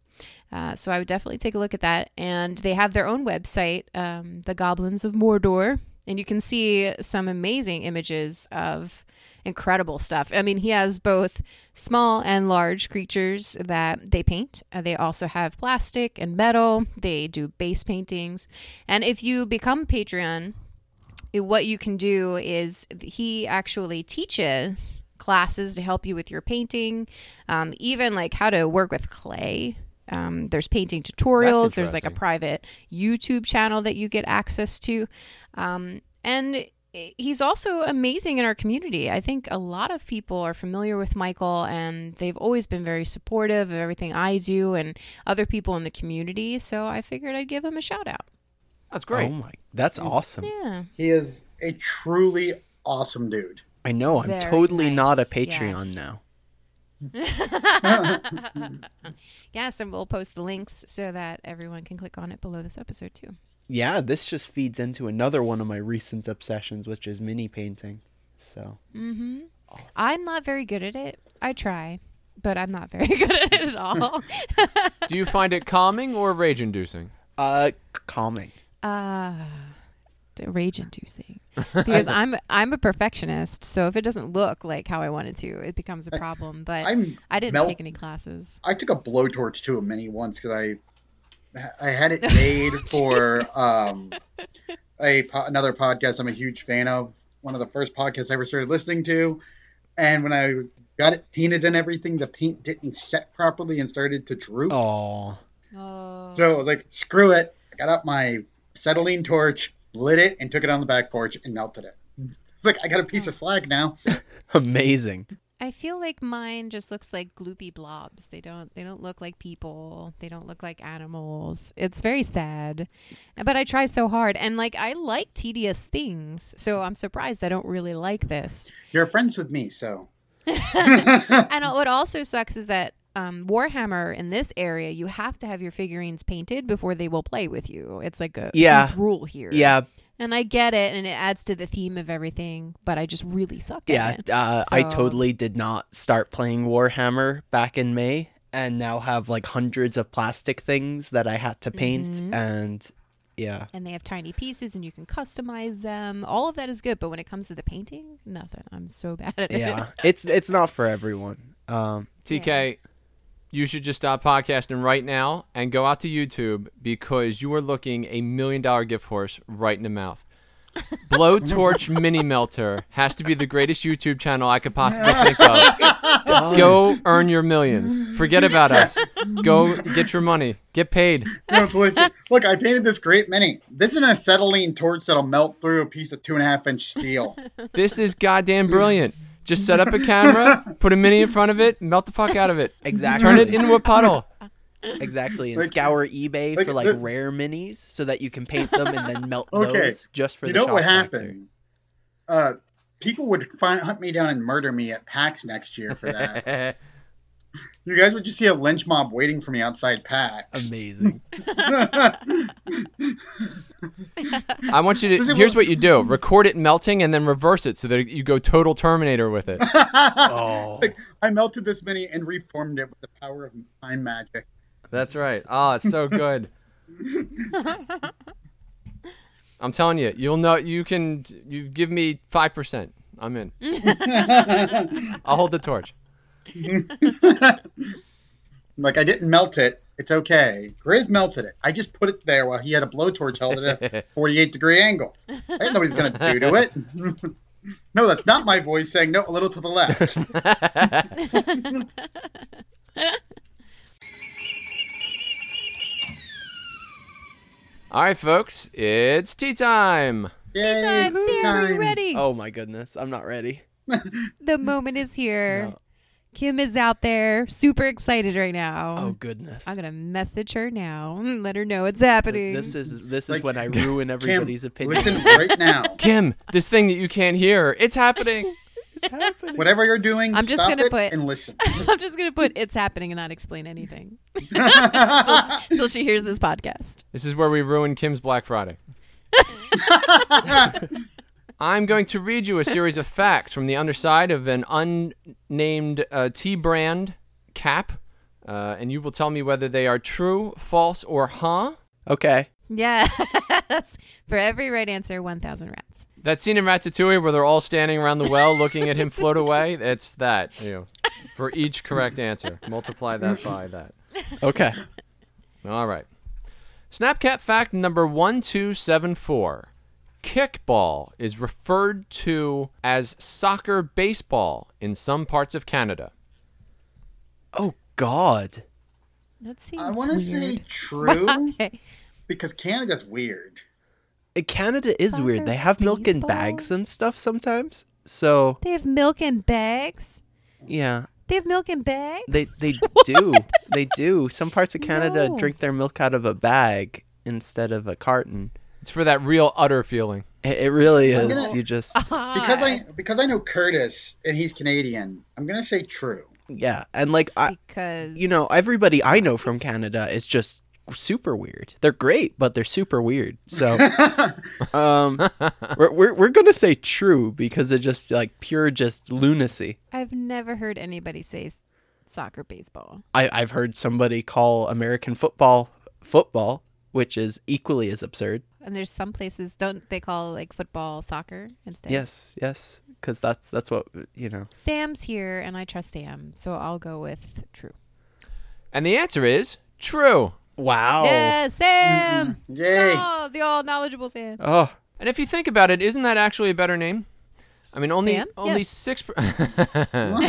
Uh, so I would definitely take a look at that. And they have their own website, um, The Goblins of Mordor. And you can see some amazing images of incredible stuff. I mean, he has both small and large creatures that they paint. Uh, they also have plastic and metal. They do base paintings. And if you become Patreon, it- what you can do is he actually teaches classes to help you with your painting, um, even like how to work with clay. Um, there's painting tutorials. There's like a interesting. private YouTube channel that you get access to, um, and he's also amazing in our community. I think a lot of people are familiar with Michael and they've always been very supportive of everything I do and other people in the community. So I figured I'd give him a shout out. That's great. Oh my, that's awesome. Yeah. He is a truly awesome dude. I know. I'm Very totally not a nice, Patreon yes. now. Yes, and we'll post the links so that everyone can click on it below this episode too. Yeah, this just feeds into another one of my recent obsessions, which is mini painting. So I'm not very good at it. I try, but I'm not very [LAUGHS] good at it at all. Do you find it calming or rage inducing? Uh, c- calming. uh rage inducing because i'm i'm a perfectionist so if it doesn't look like how i want it to it becomes a problem but I'm i didn't melt- take any classes I took a blowtorch to a mini once because I I had it made for um a po- another podcast I'm a huge fan of. One of the first podcasts I ever started listening to, and when I got it painted and everything, the paint didn't set properly and started to droop. Oh, oh So I was like, "Screw it!" I got out my acetylene torch, lit it, and took it on the back porch and melted it. It's like I got a piece of slag now. amazing. i feel like mine just looks like gloopy blobs they don't they don't look like people they don't look like animals it's very sad but i try so hard and like i like tedious things so i'm surprised i don't really [LAUGHS] like this You're friends with me, so And uh, what also sucks is that um, Warhammer in this area, you have to have your figurines painted before they will play with you. It's like a Yeah. huge rule here. Yeah, And I get it, and it adds to the theme of everything, but I just really suck yeah. at it. Uh, I So- totally did not start playing Warhammer back in May, and now have like hundreds of plastic things that I had to paint, and yeah, And they have tiny pieces, and you can customize them. All of that is good, but when it comes to the painting, nothing. I'm so [LAUGHS] bad at it. yeah. it's it's not for everyone. Um, TK, you should just stop podcasting right now and go out to YouTube because you are looking a million dollar gift horse right in the mouth. Blowtorch Mini Melter has to be the greatest YouTube channel I could possibly think of. Go earn your millions. Forget about us. Go get your money. Get paid. No, it's like, look, I painted this great mini. This is an acetylene torch that'll melt through a piece of two and a half inch steel. This is goddamn brilliant. Just set up a camera, put a mini in front of it, melt the fuck out of it. [LAUGHS] exactly. Turn it into a puddle. exactly, and Like- scour eBay like for like the- rare minis so that you can paint them and then melt [LAUGHS] Okay. those just [LAUGHS] for you the know shock what factor. happened? Uh, people would find, hunt me down and murder me at PAX next year [LAUGHS] for that. you guys would just see a lynch mob waiting for me outside PAX. [LAUGHS] Amazing. I want you Does to. it Here's work? what you do: record it melting and then reverse it so that you go total Terminator with it. oh, I melted this mini and reformed it with the power of time magic. That's right. Ah, it's so good. I'm telling you, you'll know. You can. You give me five percent. I'm in. I'll hold the torch. Like I didn't melt it. It's okay. Grizz melted it. I just put it there while he had a blowtorch held [LAUGHS] at a 48 degree angle. I didn't know what he was gonna do to it. [LAUGHS] no, that's not my voice saying no. A little to the left. [LAUGHS] All right, folks, it's tea time. Yay, Time, Sam, are you time. ready? oh my goodness, I'm not ready. The moment is here. Kim is out there, super excited right now. Oh goodness. I'm going to message her now, [LAUGHS] and let her know it's happening. This is this is Like, [LAUGHS] when I ruin Kim, everybody's opinion. listen right now. Kim, this thing that you can't hear, it's happening. [LAUGHS] It's happening. Whatever you're doing, I'm just stop gonna it put- and listen. [LAUGHS] [LAUGHS] I'm just gonna put it's happening and not [LAUGHS] explain anything [LAUGHS] until, until she hears this podcast. This is where we ruin Kim's Black Friday. I'm going to read you a series of facts from the underside of an unnamed uh, T brand cap, uh, and you will tell me whether they are true, false, or huh. Okay. Yes. [LAUGHS] For every right answer, one thousand rats. That scene in Ratatouille where they're all standing around the well looking at him float away, it's that. You know, for each correct answer, multiply that by that. Okay. All right. Snapcat fact number 1274. Kickball is referred to as soccer baseball in some parts of Canada. Oh God. That seems I want weird. to say true [LAUGHS] Okay. because Canada's weird. Uh, Canada is weird. They have milk in bags baseball? and stuff sometimes. So They have milk in bags. yeah, They have milk in bags. they [LAUGHS] they do they do. Some parts of Canada No. drink their milk out of a bag instead of a carton. It's for that real utter feeling. It, it really I'm is. gonna- You just because I because I know Curtis and he's Canadian. I'm gonna say true. yeah, and like I, because you know, everybody I know from Canada is just super weird. They're great, but they're super weird. So um we're we're, we're going to say true because it just like pure just lunacy. I've never heard anybody say s- soccer baseball. I I've heard somebody call American football football, which is equally as absurd. And there's some places don't they call like football soccer instead? Yes, yes, cuz that's that's what you know. Sam's here and I trust Sam, so I'll go with true. And the answer is true. Oh. Wow. Yes, Sam. Yay! Oh, the all knowledgeable Sam. Oh, And if you think about it, isn't that actually a better name? I mean, only Sam? only Yeah. six. Per-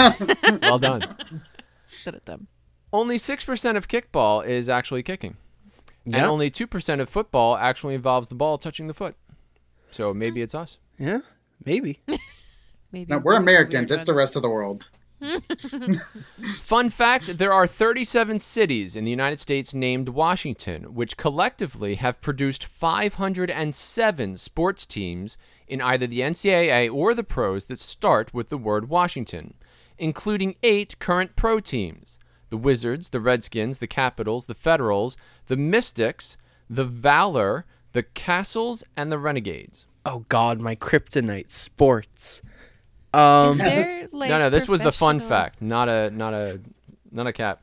[LAUGHS] well done. Dum-dum. Only six percent of kickball is actually kicking, and Yeah. only two percent of football actually involves the ball touching the foot. So maybe it's us. yeah. Maybe. Maybe. Now we're Americans. It's That's the rest of the world. Fun fact there are 37 cities in the United States named Washington, which collectively have produced 507 sports teams in either the NCAA or the pros that start with the word Washington, including eight current pro teams the Wizards, the Redskins, the Capitals, the Federals, the Mystics, the Valor, the Castles, and the Renegades. Oh god, my kryptonite sports. [LAUGHS] Um [LAUGHS] They're, like, no, no, this was the fun professional- fact, not a, not a, not a cap.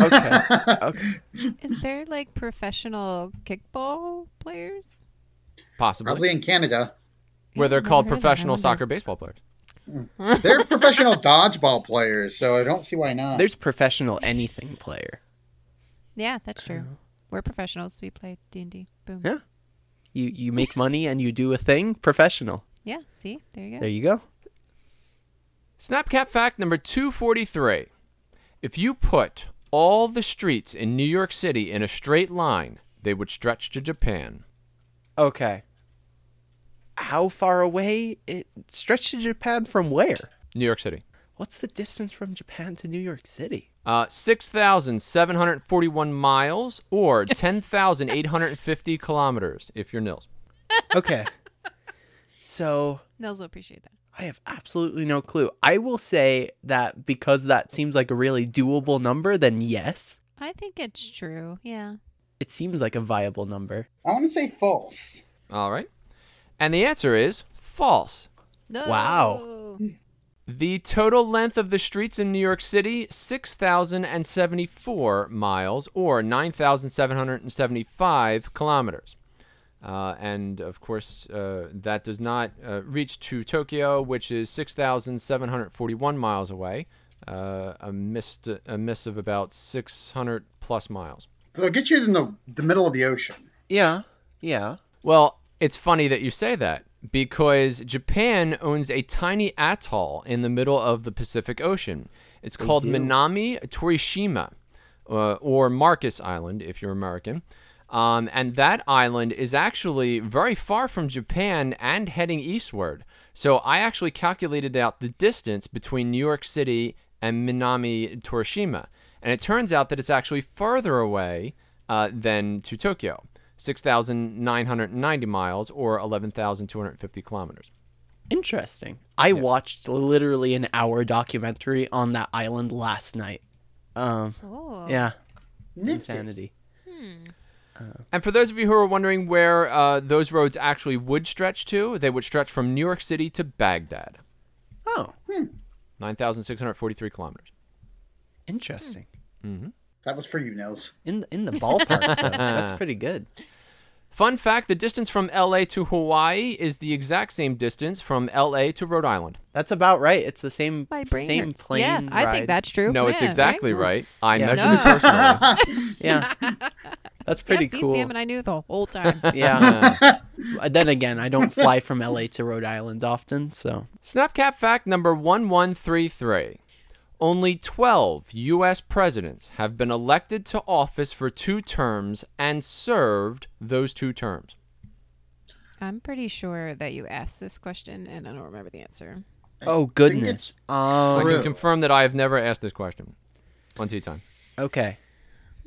okay. Okay. Is there like professional kickball players? Possibly. Probably in Canada. Where Yeah, they're I've never called heard of that. I professional wonder. soccer baseball players. They're professional dodgeball players, so I don't see why [LAUGHS] not. There's professional anything player. Yeah, that's true. We're professionals. We play D and D. Boom. Yeah. You you make money and you do a thing professional. Yeah. See, there you go. There you go. Snapcap fact number 243. If you put all the streets in New York City in a straight line, they would stretch to Japan. Okay. How far away it stretched to Japan from where? New York City. What's the distance from Japan to New York City? Uh, 6,741 miles or 10,850 kilometers if you're Nils. Okay. [LAUGHS] so Nels will appreciate that. I have absolutely no clue. I will say that because that seems like a really doable number, then yes, I think it's true. Yeah. it seems like a viable number. I want to say false. All right. And the answer is false. No. Wow. The total length of the streets in New York City, 6,074 miles or 9,775 kilometers. Uh, and of course, uh, that does not uh, reach to Tokyo, which is 6,741 miles away, uh, a, miss a miss of about 600 plus miles. So it'll get you in the the middle of the ocean. Yeah. Yeah. Well, it's funny that you say that because Japan owns a tiny atoll in the middle of the Pacific Ocean. It's called Minami Torishima, uh, or Marcus Island if you're American. Um, and that island is actually very far from Japan and heading eastward. So I actually calculated out the distance between New York City and Minami Torishima. And it turns out that it's actually further away uh, than to Tokyo. 6,990 miles or 11,250 kilometers. Interesting. I watched literally an hour documentary on that island last night. Um, Oh. yeah, insanity. And for those of you who are wondering where uh, those roads actually would stretch to, they would stretch from New York City to Baghdad, Oh, 9,643 kilometers. interesting. Hmm. That was for you, Nils. In in the ballpark, [LAUGHS] though. that's pretty good. Fun fact the distance from LA to Hawaii is the exact same distance from LA to Rhode Island. That's about right. It's the same My brain. same hurts. plane. Yeah, I think ride. that's true. No, it's Yeah, right? exactly right. I Yeah. measured it Oh, No. personally. [LAUGHS] Yeah, that's pretty yeah, see, cool. Sam and I knew [LAUGHS] the whole time. Yeah. [LAUGHS] Uh, then again, I don't fly from LA to Rhode Island often, so Snapcap fact number 1133. Only 12 U.S. presidents have been elected to office for two terms and served those two terms. I'm pretty sure that you asked this question and I don't remember the answer. Oh goodness. Um, I can True. confirm that I have never asked this question. On tea time. Okay.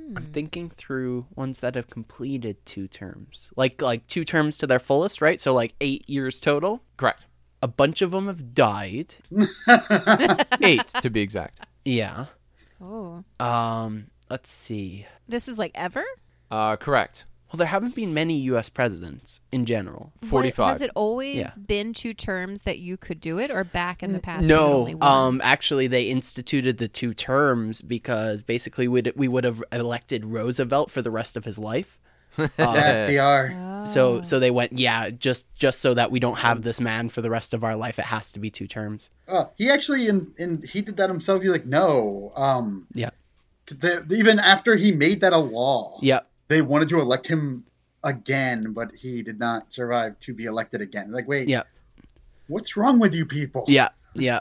Hmm. I'm thinking through ones that have completed two terms. Like like two terms to their fullest, right? So like 8 years total. Correct. A bunch of them have died. Eight to be exact. Yeah. Oh. Um let's see. This is like ever? Uh, correct. Well, there haven't been many US presidents in general. What- Forty-five. has it always Yeah. been two terms that you could do it or back in the past? was it only No, one? um, actually, they instituted the two terms because basically we'd, we would have elected Roosevelt for the rest of his life. That they are. Oh, So so they went, yeah, just just so that we don't have this man for the rest of our life, it has to be two terms. Oh, he actually in, in he did that himself. You're like, no. Um, Yeah, 'cause they- even after he made that a law, yeah, they wanted to elect him again, but he did not survive to be elected again. Like, wait, yeah, what's wrong with you people? yeah, yeah.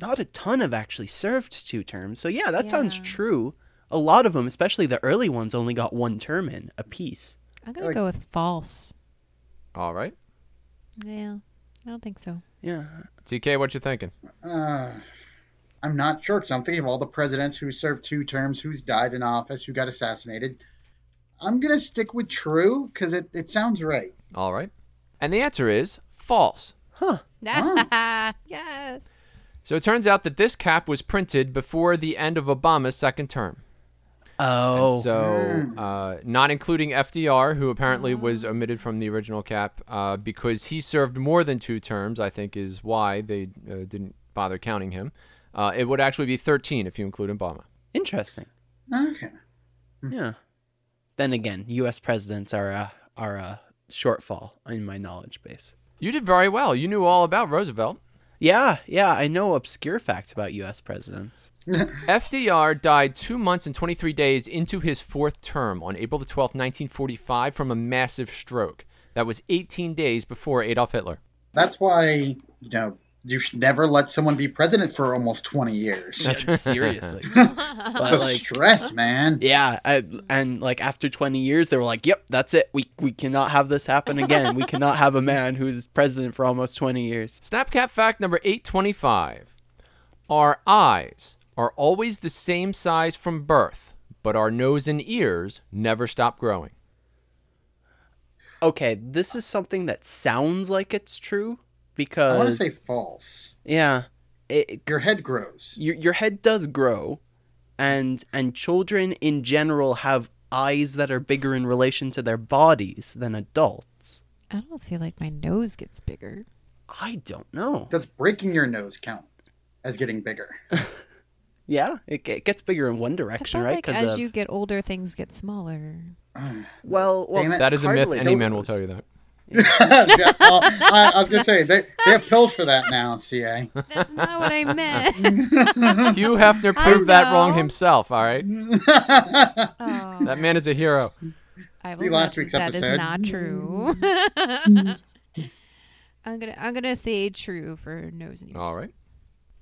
Not a ton have actually served two terms, so yeah, that sounds Yeah. true. A lot of them, especially the early ones, only got one term in a piece. I'm going to go with false. All right. Yeah. I don't think so. Yeah, TK, what you thinking? Uh, I'm not sure. 'cause I'm thinking of all the presidents who served two terms, who's died in office, who got assassinated. I'm gonna stick with true because it, it sounds right. All right. And the answer is false. [LAUGHS] yes. So it turns out that this cap was printed before the end of Obama's second term. Oh, So, uh, not including FDR, who apparently was omitted from the original cap uh, because he served more than two terms, I think is why they uh, didn't bother counting him. Uh, it would actually be 13 if you include Obama. interesting. Okay. Yeah. Then again, U.S. presidents are a are a shortfall in my knowledge base. You did very well. You knew all about Roosevelt. Yeah, yeah, I know obscure facts about U.S. presidents. FDR died two months and 23 days into his fourth term on April the 12th, 1945, from a massive stroke. That was 18 days before Adolf Hitler. That's why you know you should never let someone be president for almost 20 years. Seriously. the but like, stress, man. yeah, I, and like after 20 years, they were like, "Yep, that's it. We we cannot have this happen again. [LAUGHS] We cannot have a man who's president for almost 20 years." Snapcap fact number 825. Our eyes are always the same size from birth, but our nose and ears never stop growing. Okay, this is something that sounds like it's true I want to because say false. yeah, it, it Your head grows. your your head does grow and and children in general have eyes that are bigger in relation to their bodies than adults I don't feel like my nose gets bigger. i don't know Does breaking your nose count as getting bigger? [LAUGHS] yeah it, it gets bigger in one I direction feel right like as of- you get older, things get smaller. well, well Damn it. That is a myth. cartilage- Any man will tell you that. Yeah, well, I, I was gonna say they, they have pills for that now. Ca. That's not what I [LAUGHS] meant. Hugh Hefner [LAUGHS] I proved that wrong know. himself, all right? oh, That man is a hero. I See will last last week's that is episode. not true. Mm. [LAUGHS] I'm gonna I'm gonna say true for nose and ears. All right.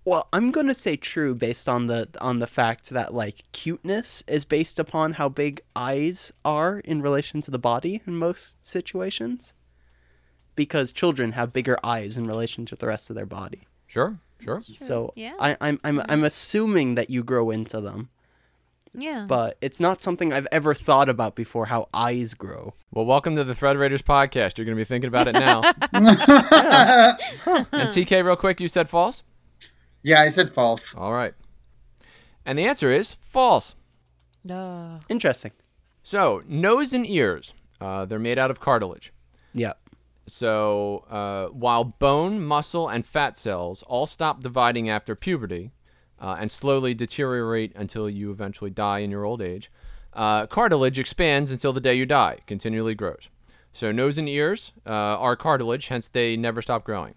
well i'm gonna say true based on the on the fact that like cuteness is based upon how big eyes are in relation to the body in most situations because children have bigger eyes in relation to the rest of their body Sure. Sure. So Yeah. I, I'm I'm I'm assuming that you grow into them, Yeah. but it's not something I've ever thought about before. How eyes grow. Well, welcome to the Thread Raiders podcast. You're going to be thinking about it [LAUGHS] now. and TK, real quick, you said false? [LAUGHS] Yeah, I said false. All right. And the answer is false. no. Interesting. So, nose and ears, uh, they're made out of cartilage. Yeah. So uh, while bone, muscle, and fat cells all stop dividing after puberty uh, and slowly deteriorate until you eventually die in your old age, uh, cartilage expands until the day you die, continually grows. So nose and ears uh, are cartilage, hence they never stop growing.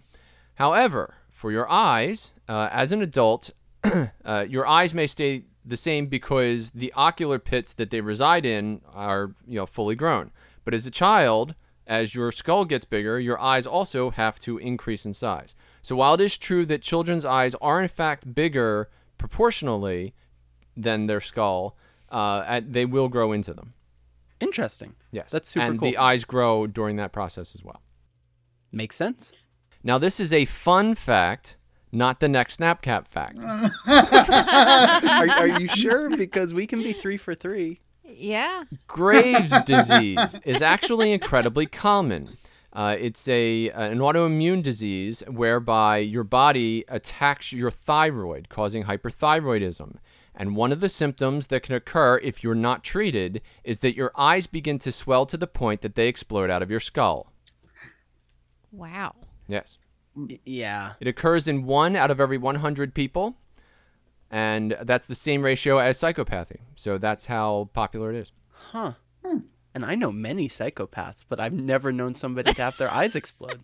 However, for your eyes, uh, as an adult, [CLEARS THROAT] uh, your eyes may stay the same because the ocular pits that they reside in are you know fully grown. But as a child, as your skull gets bigger, your eyes also have to increase in size. So while it is true that children's eyes are in fact bigger proportionally than their skull, uh, at- they will grow into them. Interesting. Yes. That's super and cool. the eyes grow during that process as well. Makes sense. Now, this is a fun fact, not the next SnapCap fact. Are, are you sure? Because we can be three for three. Yeah. Graves' disease is actually incredibly common. Uh, it's a an autoimmune disease whereby your body attacks your thyroid, causing hyperthyroidism. And one of the symptoms that can occur if you're not treated is that your eyes begin to swell to the point that they explode out of your skull. Wow. Yes. Y- Yeah. It occurs in one out of every 100 people, and that's the same ratio as psychopathy. So that's how popular it is. And I know many psychopaths, but I've never known somebody to have their eyes explode.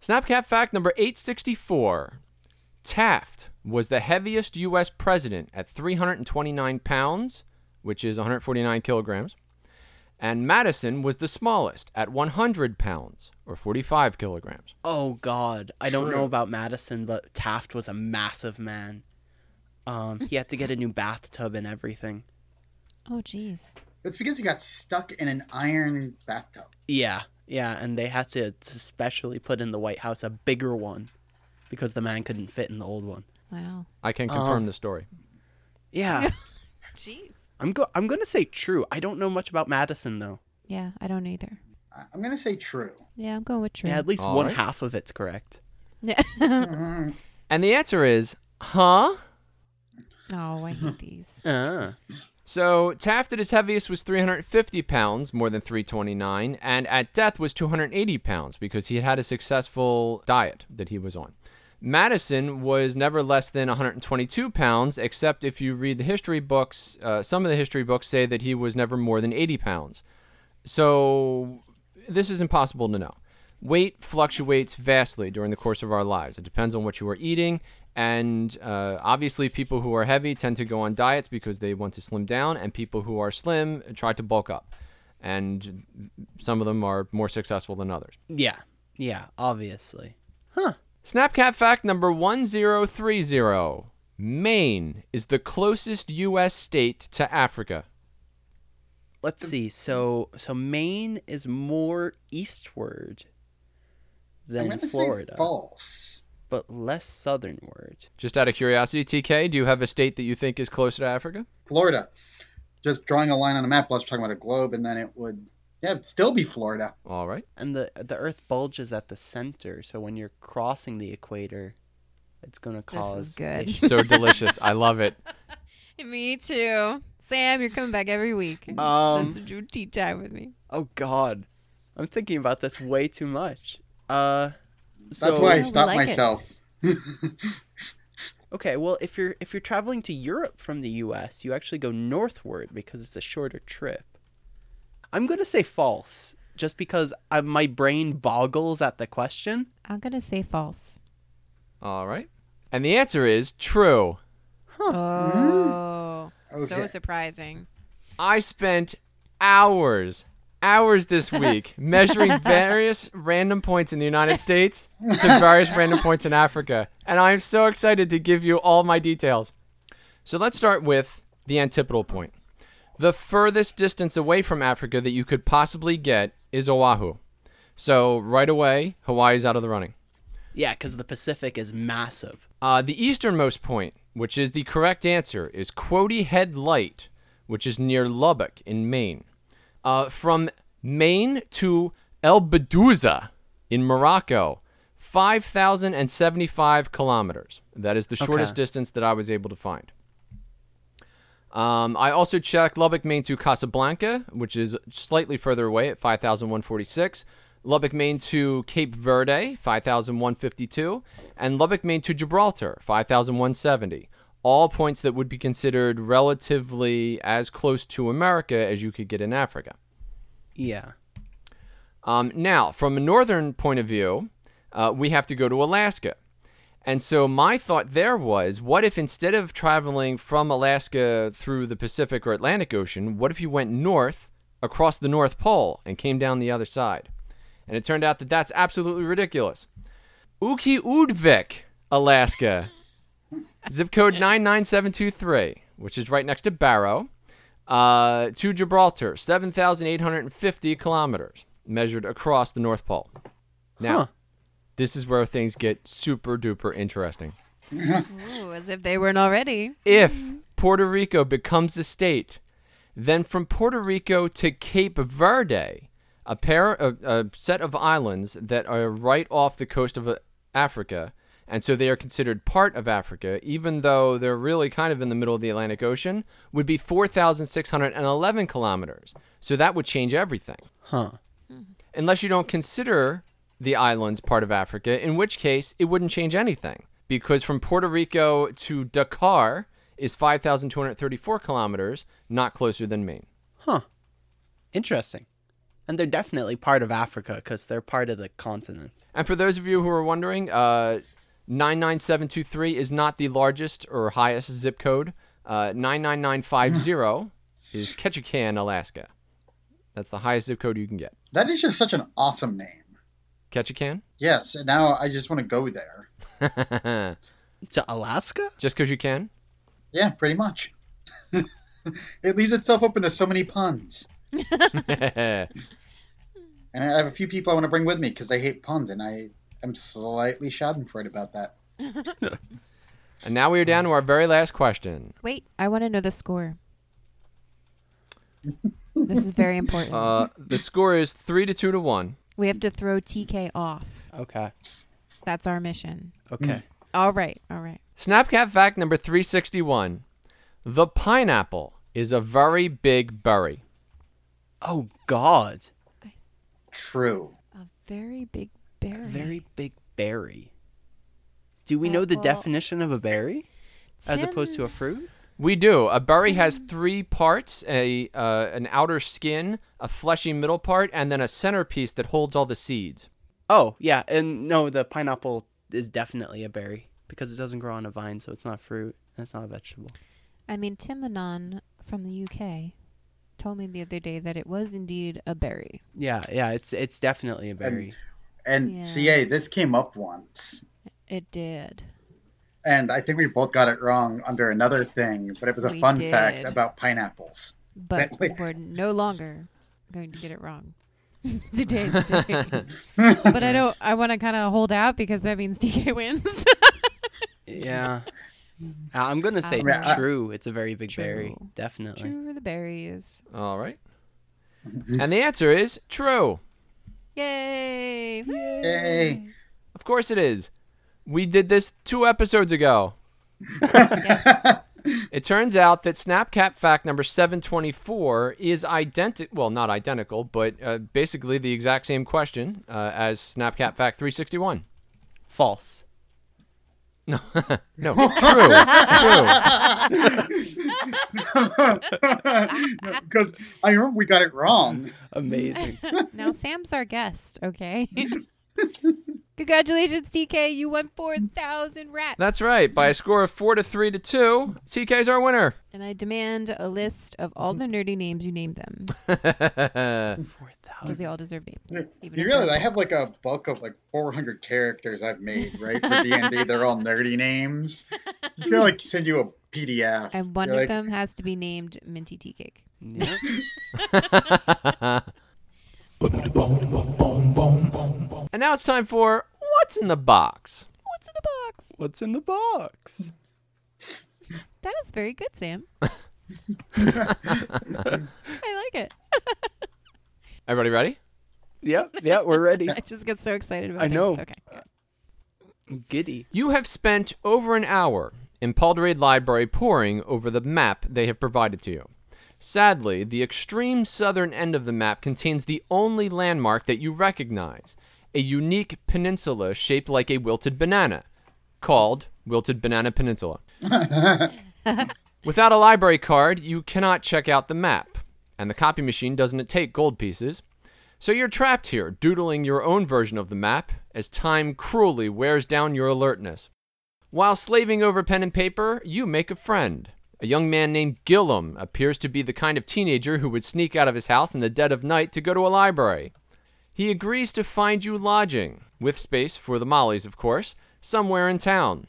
Snapcap fact number 864 Taft was the heaviest U.S. president at 329 pounds, which is 149 kilograms, and Madison was the smallest at 100 pounds, or 45 kilograms. [LAUGHS] Oh God, I don't know about Madison, but Taft was a massive man. Um, he had to get a new bathtub and everything. Oh, jeez. It's because he got stuck in an iron bathtub. Yeah, yeah, and they had to specially put in the White House a bigger one because the man couldn't fit in the old one. Wow. I can confirm the story. [LAUGHS] Yeah, Jeez. I'm go I'm gonna say true. I don't know much about Madison though. Yeah, I don't either. I- I'm gonna say true. Yeah, I'm going with true. [LAUGHS] Yeah, at least All one right. half of it's correct. Hmm, And the answer is, huh? oh, I hate these. Ah, So Taft at his heaviest was 350 pounds, more than 329, and at death was 280 pounds because he had had a successful diet that he was on. Madison was never less than 122 pounds, except if you read the history books, uh, some of the history books say that he was never more than 80 pounds. So this is impossible to know. Weight fluctuates vastly during the course of our lives. It depends on what you are eating. And uh, obviously, people who are heavy tend to go on diets because they want to slim down, and people who are slim try to bulk up. And some of them are more successful than others. yeah, yeah, obviously. Snapcat fact number 1030 Maine is the closest U.S. state to Africa. Let's see. So, so Maine is more eastward I'm than gonna Florida, say false. but less southernward. Just out of curiosity, TK, do you have a state that you think is closer to Africa? Florida. Just drawing a line on a map. Let's talk about a globe, and then it would yeah it'd still be Florida. All right. And the the Earth bulges at the center, so when you're crossing the equator, it's gonna cause. is good. issues. So delicious. I love it. Me too. Sam, you're coming back every week. Um, Just to do tea time with me. Oh God, I'm thinking about this way too much. Uh, so That's why I Yeah, we stopped like it. myself. okay. Well, if you're if you're traveling to Europe from the U.S., you actually go northward because it's a shorter trip. I'm gonna say false, just because I, my brain boggles at the question. I'm going to say false. All right. And the answer is true. Oh. So Okay. surprising. I spent hours, hours this week measuring various random points in the United States to various random points in Africa. And I am so excited to give you all my details. So let's start with the antipodal point. The furthest distance away from Africa that you could possibly get is Oahu. So right away, Hawaii's out of the running. Yeah, because the Pacific is massive. Uh, the easternmost point, which is the correct answer, is Quoddy Head Light, which is near Lubbock in Maine. Uh, from Maine to El Bedouza in Morocco, 5,075 kilometers. That is the shortest distance that I was able to find. Um, I also checked Lubbock, Maine to Casablanca, which is slightly further away at 5,146. Lubbock, Maine to Cape Verde, 5,152. And Lubbock, Maine to Gibraltar, 5,170. All points that would be considered relatively as close to America as you could get in Africa. Yeah. Um, now, from a northern point of view, uh, we have to go to Alaska. And so my thought there was, what if instead of traveling from Alaska through the Pacific or Atlantic Ocean, what if you went north across the North Pole and came down the other side? And it turned out that that's absolutely ridiculous. Uki Udvik, Alaska, zip code 99723, which is right next to Barrow. uh, to Gibraltar, 7,850 kilometers measured across the North Pole. Now, this is where things get super duper interesting. Ooh, as if they weren't already. If Puerto Rico becomes a state, then from Puerto Rico to Cape Verde, a pair a, a set of islands that are right off the coast of uh, Africa, and so they are considered part of Africa, even though they're really kind of in the middle of the Atlantic Ocean, would be 4,611 kilometers. So that would change everything Huh. unless you don't consider the islands part of Africa, in which case it wouldn't change anything because from Puerto Rico to Dakar is 5,234 kilometers, not closer than Maine. Interesting. And they're definitely part of Africa because they're part of the continent. And for those of you who are wondering, uh, 99723 is not the largest or highest zip code. Uh, 99950 is Ketchikan, Alaska. That's the highest zip code you can get. That is just such an awesome name. Ketchikan? [LAUGHS] Yes, and now I just want to go there. To Alaska? Just because you can? [LAUGHS] Yeah, pretty much. [LAUGHS] it leaves itself open to so many puns. And I have a few people I want to bring with me because they hate puns, and I am slightly schadenfreude about that. And now we are down to our very last question. Wait, I want to know the score. this is very [LAUGHS] important. Uh, the score is three to two to one. we have to throw TK off. Okay. That's our mission. Okay. All right, all right. Snapchat fact number 361. The pineapple is a very big berry. Oh, God. True. A very big berry. Very big berry. Do we know the Apple. definition of a berry as opposed Tim- to a fruit? We do. A berry has three parts: a uh, an outer skin, a fleshy middle part, and then a centerpiece that holds all the seeds. Oh, yeah. And no, the pineapple is definitely a berry because it doesn't grow on a vine, so it's not fruit and it's not a vegetable. I mean, Timonon from the UK told me the other day that it was indeed a berry. Yeah, yeah, it's it's definitely a berry. And Yeah. CA, this came up once, It did. and I think we both got it wrong under another thing, but it was a We fun did. fact about pineapples. But Wait. we're no longer going to get it wrong. [LAUGHS] [LAUGHS] Today's the day. but I don't I want to kind of hold out because that means [LAUGHS] TK wins. Yeah. Uh, I'm gonna say I don't know. true. It's a very big berry, True. definitely. True for the berries. All right. and the answer is true. Yay! Woo! Yay! Of course it is. We did this two episodes ago. it turns out that Snapcat fact number 724 is identical, well, not identical, but uh, basically the exact same question uh, as Snapcat fact 361. False. [LAUGHS] No, true, true. [LAUGHS] [LAUGHS] Because I remember we got it wrong. Amazing. Now Sam's our guest, [LAUGHS] okay? Congratulations, TK. You won 4,000 rats. That's right. By a score of four to three to two, TK's our winner. [LAUGHS] and I demand a list of all the nerdy names you named them. Because they all deserve names. even you if realize they're I have like a bulk of like 400 characters I've made, right? [LAUGHS] For D&D, they're all nerdy names. Just gonna like send you a PDF. And one You're of like, them has to be named Minty Tea Cake. Yep. And now it's time for What's in the Box? What's in the box? What's in the box? That was very good, [LAUGHS] Sam. I like it. Everybody ready? Yep, yeah, we're ready. I just get so excited about I things. know. Okay. good. Giddy. You have spent over an hour in Palderade Library poring over the map they have provided to you. Sadly, the extreme southern end of the map contains the only landmark that you recognize a unique peninsula shaped like a wilted banana, called Wilted Banana Peninsula. Without a library card, you cannot check out the map, and the copy machine doesn't take gold pieces. So you're trapped here, doodling your own version of the map as time cruelly wears down your alertness. While slaving over pen and paper, you make a friend. A young man named Gillum appears to be the kind of teenager who would sneak out of his house in the dead of night to go to a library. He agrees to find you lodging, with space for the Mollies, of course, somewhere in town.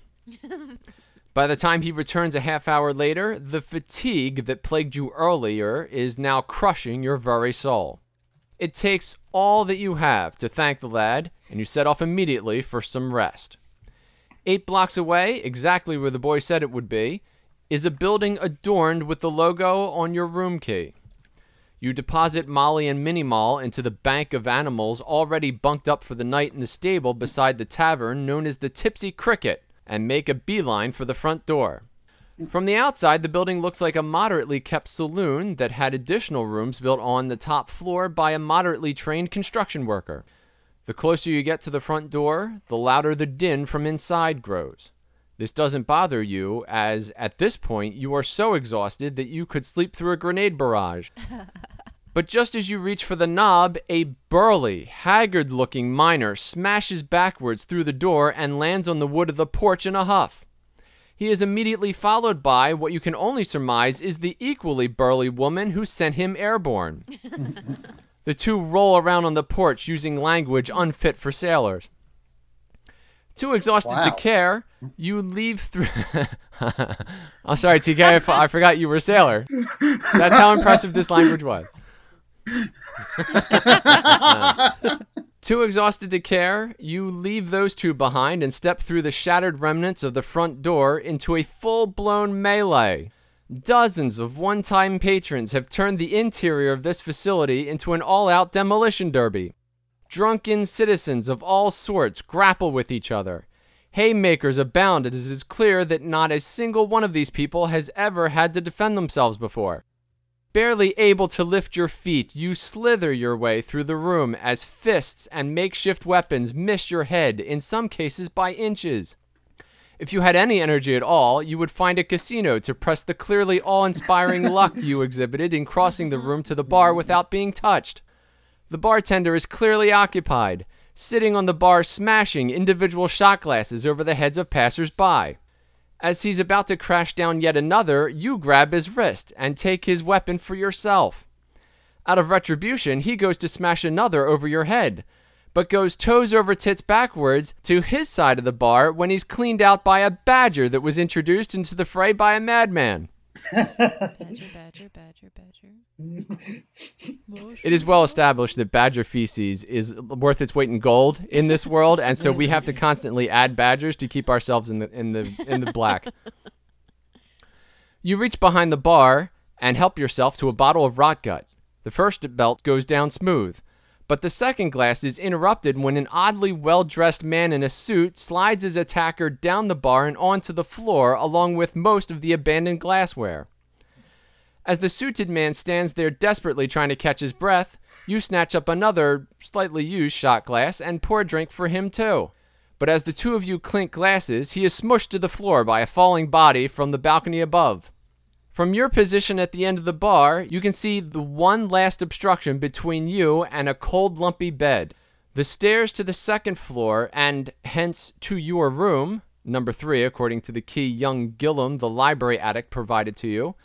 By the time he returns a half hour later, the fatigue that plagued you earlier is now crushing your very soul. It takes all that you have to thank the lad, and you set off immediately for some rest. Eight blocks away, exactly where the boy said it would be, is a building adorned with the logo on your room key. You deposit Molly and Minnie Mall into the bank of animals already bunked up for the night in the stable beside the tavern known as the Tipsy Cricket and make a beeline for the front door. From the outside, the building looks like a moderately kept saloon that had additional rooms built on the top floor by a moderately trained construction worker. The closer you get to the front door, the louder the din from inside grows. This doesn't bother you, as at this point you are so exhausted that you could sleep through a grenade barrage. But just as you reach for the knob, a burly, haggard looking miner smashes backwards through the door and lands on the wood of the porch in a huff. He is immediately followed by what you can only surmise is the equally burly woman who sent him airborne. the two roll around on the porch using language unfit for sailors. Too exhausted to Wow. care, you leave through. [LAUGHS] I'm sorry, TK, I fo- I forgot you were a sailor. That's how impressive this language was. Too exhausted to care, you leave those two behind and step through the shattered remnants of the front door into a full blown melee. Dozens of one time patrons have turned the interior of this facility into an all out demolition derby. Drunken citizens of all sorts grapple with each other. Haymakers abound, as it is clear that not a single one of these people has ever had to defend themselves before. Barely able to lift your feet, you slither your way through the room as fists and makeshift weapons miss your head, in some cases by inches. If you had any energy at all, you would find a casino to press the clearly awe inspiring luck you exhibited in crossing the room to the bar without being touched. The bartender is clearly occupied, sitting on the bar smashing individual shot glasses over the heads of passers by. As he's about to crash down yet another, you grab his wrist and take his weapon for yourself. Out of retribution, he goes to smash another over your head, but goes toes over tits backwards to his side of the bar when he's cleaned out by a badger that was introduced into the fray by a madman. Badger, badger, badger, badger. It is well established that badger feces is worth its weight in gold in this world, and so we have to constantly add badgers to keep ourselves in the in the in the black. You reach behind the bar and help yourself to a bottle of rot gut. The first belt goes down smooth, but the second glass is interrupted when an oddly well-dressed man in a suit slides his attacker down the bar and onto the floor along with most of the abandoned glassware. As the suited man stands there desperately trying to catch his breath, you snatch up another, slightly used shot glass and pour a drink for him too. But as the two of you clink glasses, he is smushed to the floor by a falling body from the balcony above. From your position at the end of the bar, you can see the one last obstruction between you and a cold, lumpy bed. The stairs to the second floor, and hence to your room, number three, according to the key young Gillum, the library addict, provided to you,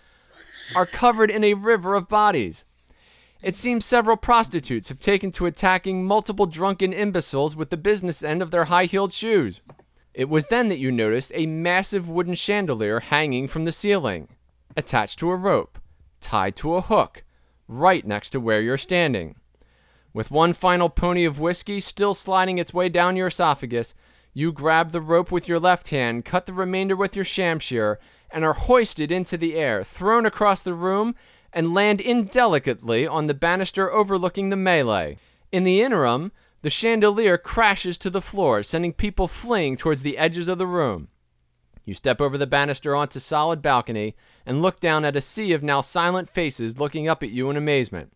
are covered in a river of bodies. It seems several prostitutes have taken to attacking multiple drunken imbeciles with the business end of their high heeled shoes. It was then that you noticed a massive wooden chandelier hanging from the ceiling, attached to a rope, tied to a hook, right next to where you're standing. With one final pony of whiskey still sliding its way down your esophagus, you grab the rope with your left hand, cut the remainder with your sham shear, and are hoisted into the air, thrown across the room, and land indelicately on the banister overlooking the melee. In the interim, the chandelier crashes to the floor, sending people fleeing towards the edges of the room. You step over the banister onto solid balcony and look down at a sea of now silent faces looking up at you in amazement.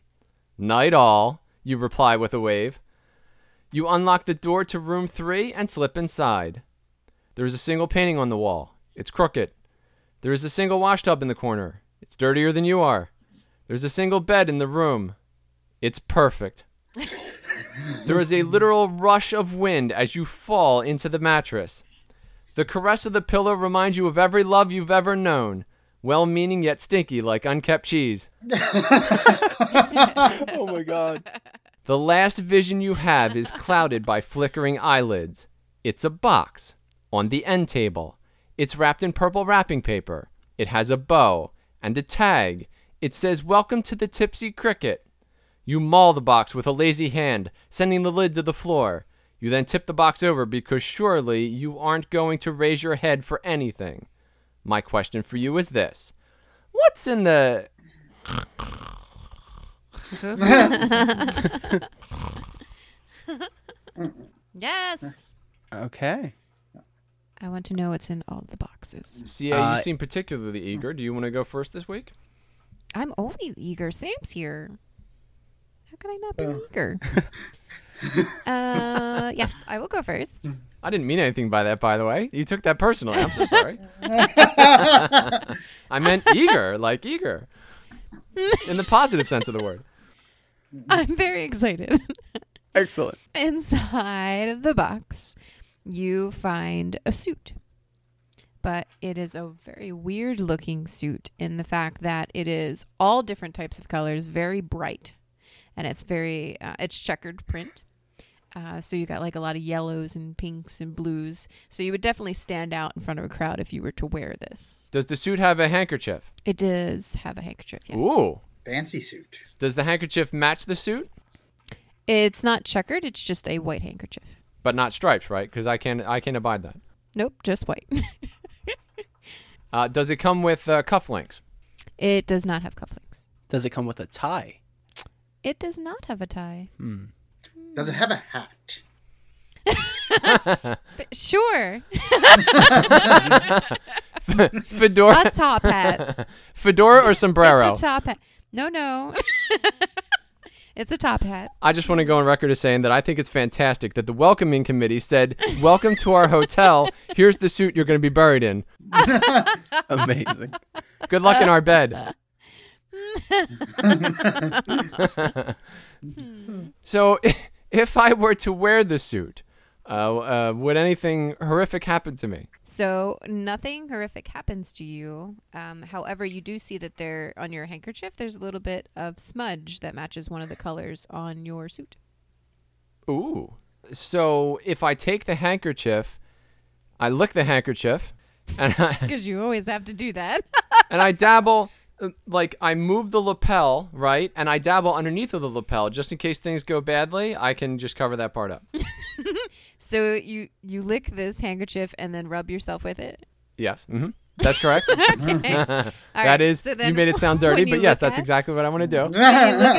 Night all, you reply with a wave. You unlock the door to room three and slip inside. There is a single painting on the wall. It's crooked. There is a single washtub in the corner. It's dirtier than you are. There's a single bed in the room. It's perfect. there is a literal rush of wind as you fall into the mattress. The caress of the pillow reminds you of every love you've ever known, well meaning yet stinky like unkept cheese. Oh my god. The last vision you have is clouded by flickering eyelids. It's a box on the end table. It's wrapped in purple wrapping paper. It has a bow and a tag. It says, Welcome to the Tipsy Cricket. You maul the box with a lazy hand, sending the lid to the floor. You then tip the box over because surely you aren't going to raise your head for anything. My question for you is this What's in the. [LAUGHS] Yes. Okay. I want to know what's in all the boxes. CA, Uh, you seem particularly eager. Do you want to go first this week? I'm always eager. Sam's here. How could I not be eager? uh, yes, I will go first. I didn't mean anything by that, by the way. You took that personally. I'm so [LAUGHS] sorry. I meant eager, like eager, in the positive sense of the word. I'm very excited. Excellent. Inside of the box, you find a suit. But it is a very weird looking suit in the fact that it is all different types of colors, very bright. And it's very, uh, it's checkered print. Uh, so you got like a lot of yellows and pinks and blues. So you would definitely stand out in front of a crowd if you were to wear this. Does the suit have a handkerchief? It does have a handkerchief, yes. Ooh. Fancy suit. Does the handkerchief match the suit? It's not checkered, it's just a white handkerchief. But not stripes, right? Because I can I can abide that. Nope, just white. [LAUGHS] Uh, does it come with uh, [LAUGHS] cufflinks? it does not have cufflinks. Does it come with a tie? It does not have a [LAUGHS] tie. Does it have a hat? Sure, Fedora, [LAUGHS] a top hat. fedora or It's sombrero? a top hat. No, no. [LAUGHS] it's a top hat. I just want to go on record as saying that I think it's fantastic that the welcoming committee said, "Welcome to our hotel. Here's the suit you're going to be buried in. Amazing. Good luck in our bed." so, [LAUGHS] if I were to wear the suit, uh, uh, would anything horrific happen to me? So nothing horrific happens to you. Um, however, you do see that there on your handkerchief, there's a little bit of smudge that matches one of the colors on your suit. Ooh. So if I take the handkerchief, I lick the handkerchief, and [LAUGHS] I, Because you always have to do that. [LAUGHS] and I dabble. uh, Like I move the lapel, right, and I dabble underneath of the lapel just in case things go badly. I can just cover that part up. so you you lick this handkerchief and then rub yourself with it. [LAUGHS] Yes, hmm that's correct. All That right, is. so then you made it [LAUGHS] sound when dirty, you but yes, lick that's that- exactly what I want Mm-hmm.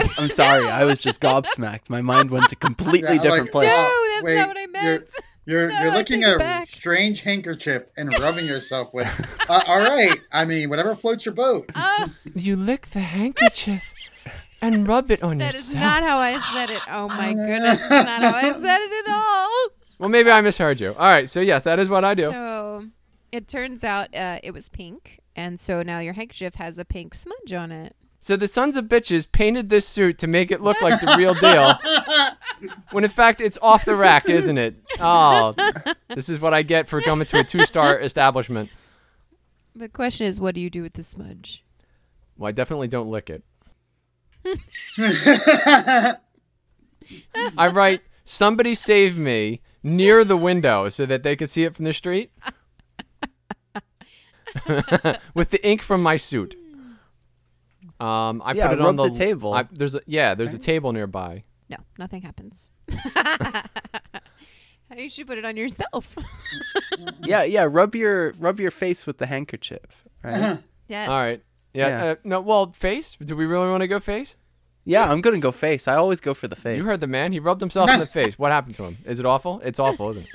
to do. I'm sorry. I was just gobsmacked. My mind went to completely Yeah, different like- place. No, that's Wait, not what I meant. You're No, you're I looking take it at a back. strange handkerchief [LAUGHS] and rubbing yourself with. Uh, all right, I mean whatever floats your boat. Oh, You lick the handkerchief and rub it on That is yourself. not how I said it. Oh [LAUGHS] my goodness, that's not how I said it at all. well, maybe I misheard you. All right, so yes, that is what [LAUGHS] I do. So it turns out uh, it was pink, and so now your handkerchief has a pink smudge on it. So the sons of bitches painted this suit to make it look like the [LAUGHS] real deal. when in fact it's off the rack, isn't [LAUGHS] it? Oh, this is what I get for coming to a two-star establishment. The question is, what do you do with the smudge? Well, I definitely don't lick [LAUGHS] it. I write, "Somebody save me" near the window so that they could see it from the street. [LAUGHS] With the ink from my suit. Um, I Yeah, put it on rub the, the table. I, there's a, yeah, there's a table nearby. No, [LAUGHS] nothing happens. you should put it on yourself. [LAUGHS] Yeah, yeah. Rub your rub your face with the handkerchief. Right? yes. All right. Yeah. Yeah. Uh, no. Well, face. Do we really want to go face? yeah, I'm gonna go face. I always go for the face. You heard the man. He rubbed himself [LAUGHS] in the face. What happened to him? Is it awful? It's awful, isn't it?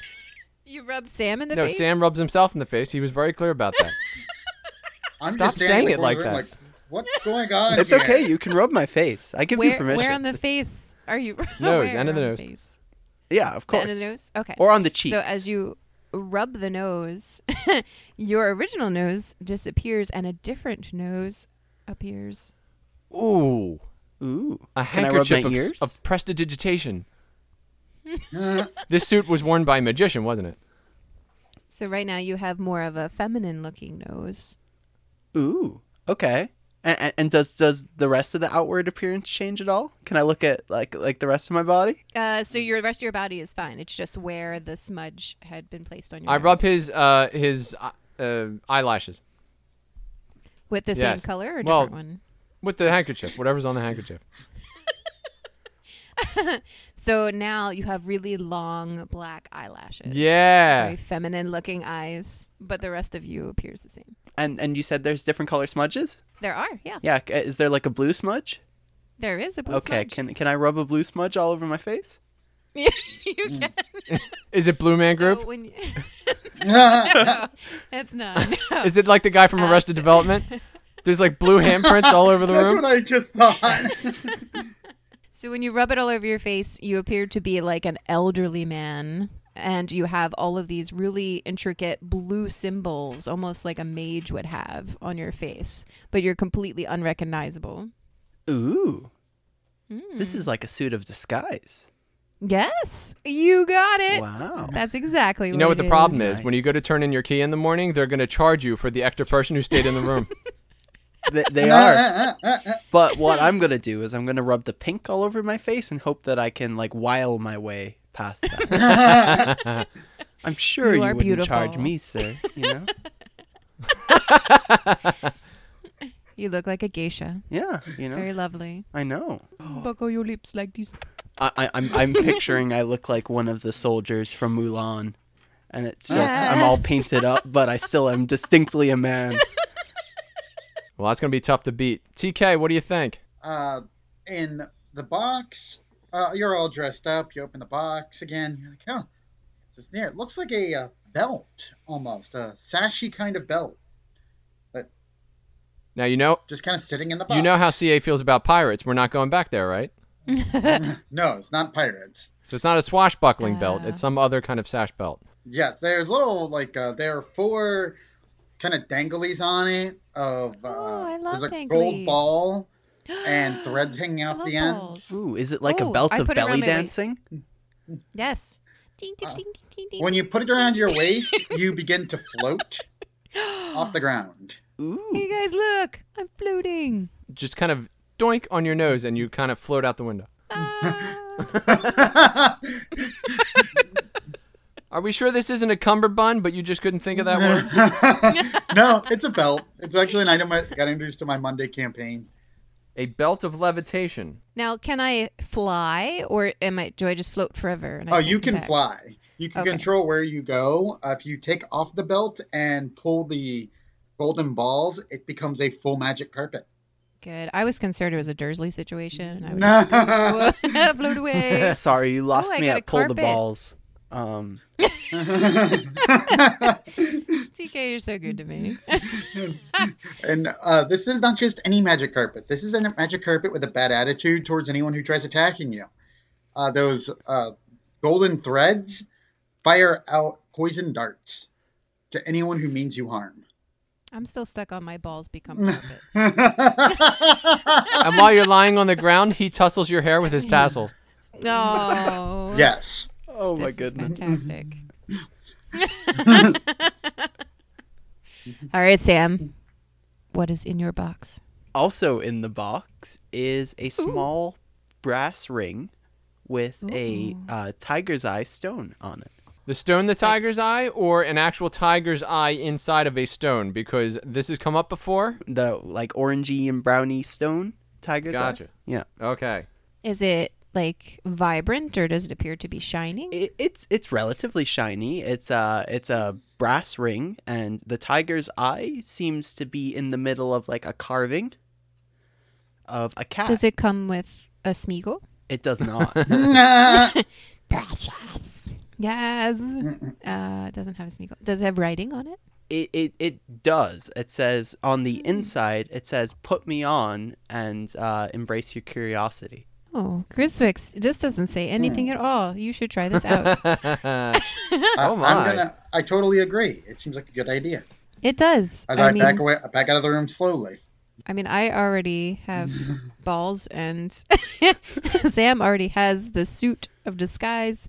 You rub Sam in [LAUGHS] the no. face. Sam rubs himself in the face. He was very clear about that. I'm Stop just standing saying in the it corner like room what's going on? It's here? okay. You can rub my face. I give you where, permission. where on the face are you? [LAUGHS] Nose, where end of the on nose. face? yeah, of The course. end of the nose. Okay. Or on the cheeks. So as you rub the nose, [LAUGHS] your original nose disappears and a different nose appears. Ooh. Ooh. A can I rub handkerchief my of, ears? of prestidigitation. this suit was worn by a magician, wasn't it? So right now you have more of a feminine looking nose. Ooh. Okay. And, and, and does does the rest of the outward appearance change at all? Can I look at like like the rest of my body? Uh, so your the rest of your body is fine. It's just where the smudge had been placed on your. I nose. rub his uh his uh, uh, eyelashes with the Yes. same color or a Well- different one. with the handkerchief, whatever's on the handkerchief. So now you have really long black eyelashes. Yeah. Very feminine looking eyes, but the rest of you appears the same. And and you said there's different color smudges. There are, yeah. Yeah, c- is there like a blue smudge? There is a blue okay, smudge. can can I rub a blue smudge all over my face? [LAUGHS] you can. Is it Blue Man So Group? [LAUGHS] when you, [LAUGHS] yeah, no, it's not. [LAUGHS] no. Is it like the guy from Arrested Development? There's like blue handprints all over the that's room. what I just thought. [LAUGHS] So when you rub it all over your face, you appear to be like an elderly man. And you have all of these really intricate blue symbols, almost like a mage would have on your face, but you're completely unrecognizable. Ooh. Hmm. This is like a suit of disguise. Yes, you got it. Wow. That's exactly You know what what the it problem is. is? When you go to turn in your key in the morning, they're going to charge you for the extra person who stayed in the room. They, [LAUGHS] they are. But what I'm going to do is I'm going to rub the pink all over my face and hope that I can like wile my way past that. [LAUGHS] I'm sure you, You are wouldn't charge beautiful. me, sir, you know? You look like a geisha. Yeah, you know. Very lovely. I know. [GASPS] Buckle your lips like these. I, I, I'm [LAUGHS] I'm picturing I look like one of the soldiers from Mulan, and it's just I'm all painted up, but I still am distinctly a man. Well, that's going to be tough to beat. TK, what do you think? uh, in the box. Uh, you're all dressed up. You open the box again. You're like, oh, what's this near? It looks like a uh, belt almost, a sashy kind of belt, Now you know just kind of sitting in the box. you know how CA feels about pirates. We're not going back there, right? No, it's not pirates. So it's not a swashbuckling belt. It's some other kind of sash belt. Yes, there's little like uh, there are four kind of danglies on it of uh, Oh, I love there's a danglies. gold ball [GASPS] and threads hanging I off love the balls. ends. Ooh, is it like Ooh, a belt I of put it around belly my waist. dancing? Yes. Ding, ding, ding, ding, ding. When you put it around your [LAUGHS] waist, you begin to [GASPS] float off the ground. [LAUGHS] Hey Ooh, guys, look! I'm floating. Just kind of doink on your nose and you kind of float out the window. Ah. Are we sure this isn't a cummerbund, but you just couldn't think of [LAUGHS] that word? [LAUGHS] no, it's a belt. It's actually an item I got introduced to my Monday campaign. A belt of levitation. Now, can I fly, or am I? Do I just float forever? and I Oh, can't you come can back? fly. You can Okay. control where you go. Uh, if you take off the belt and pull the golden balls, it becomes a full magic carpet. Good. I was concerned it was a Dursley situation. And I would No. [LAUGHS] just float [LAUGHS] [LAUGHS] away. sorry, you lost Oh, I me got at a pull the carpet. balls. Um, [LAUGHS] TK, you're so good to me. [LAUGHS] and uh, this is not just any magic carpet. This is a magic carpet with a bad attitude towards anyone who tries attacking you. Uh, those uh, golden threads fire out poison darts to anyone who means you [LAUGHS] harm. [LAUGHS] I'm still stuck on my balls become carpet. And while you're lying on the ground, he tussles your hair with his tassels. No. [LAUGHS] yes. oh This my is goodness. [LAUGHS] fantastic. All right, Sam. What is in your box? Also in the box is a small brass ring with a uh, tiger's eye stone on it. The stone, the tiger's eye, or an actual tiger's eye inside of a stone, because this has come up before. The like orangey and browny stone tiger's eye. Gotcha. Yeah. Okay. Is it like vibrant, or does it appear to be shining? it, it's it's relatively shiny. It's a it's a brass ring, and the tiger's eye seems to be in the middle of like a carving of a cat. Does it come with a Smeagol? It does not. Uh, Yes. Uh, it doesn't have a Smeagol. Does it have writing on it? it, it it does. It says on Mm. the inside. It says, "Put me on and uh, embrace your curiosity." Oh, Griswix, this doesn't say Hmm. anything at all. You should try this [LAUGHS] out. Oh my. I'm gonna, I totally agree. It seems like a good idea. it does. As I, I, mean, back away, I back out of the room slowly. I mean, I already [LAUGHS] have balls, and [LAUGHS] Sam already has the suit of disguise.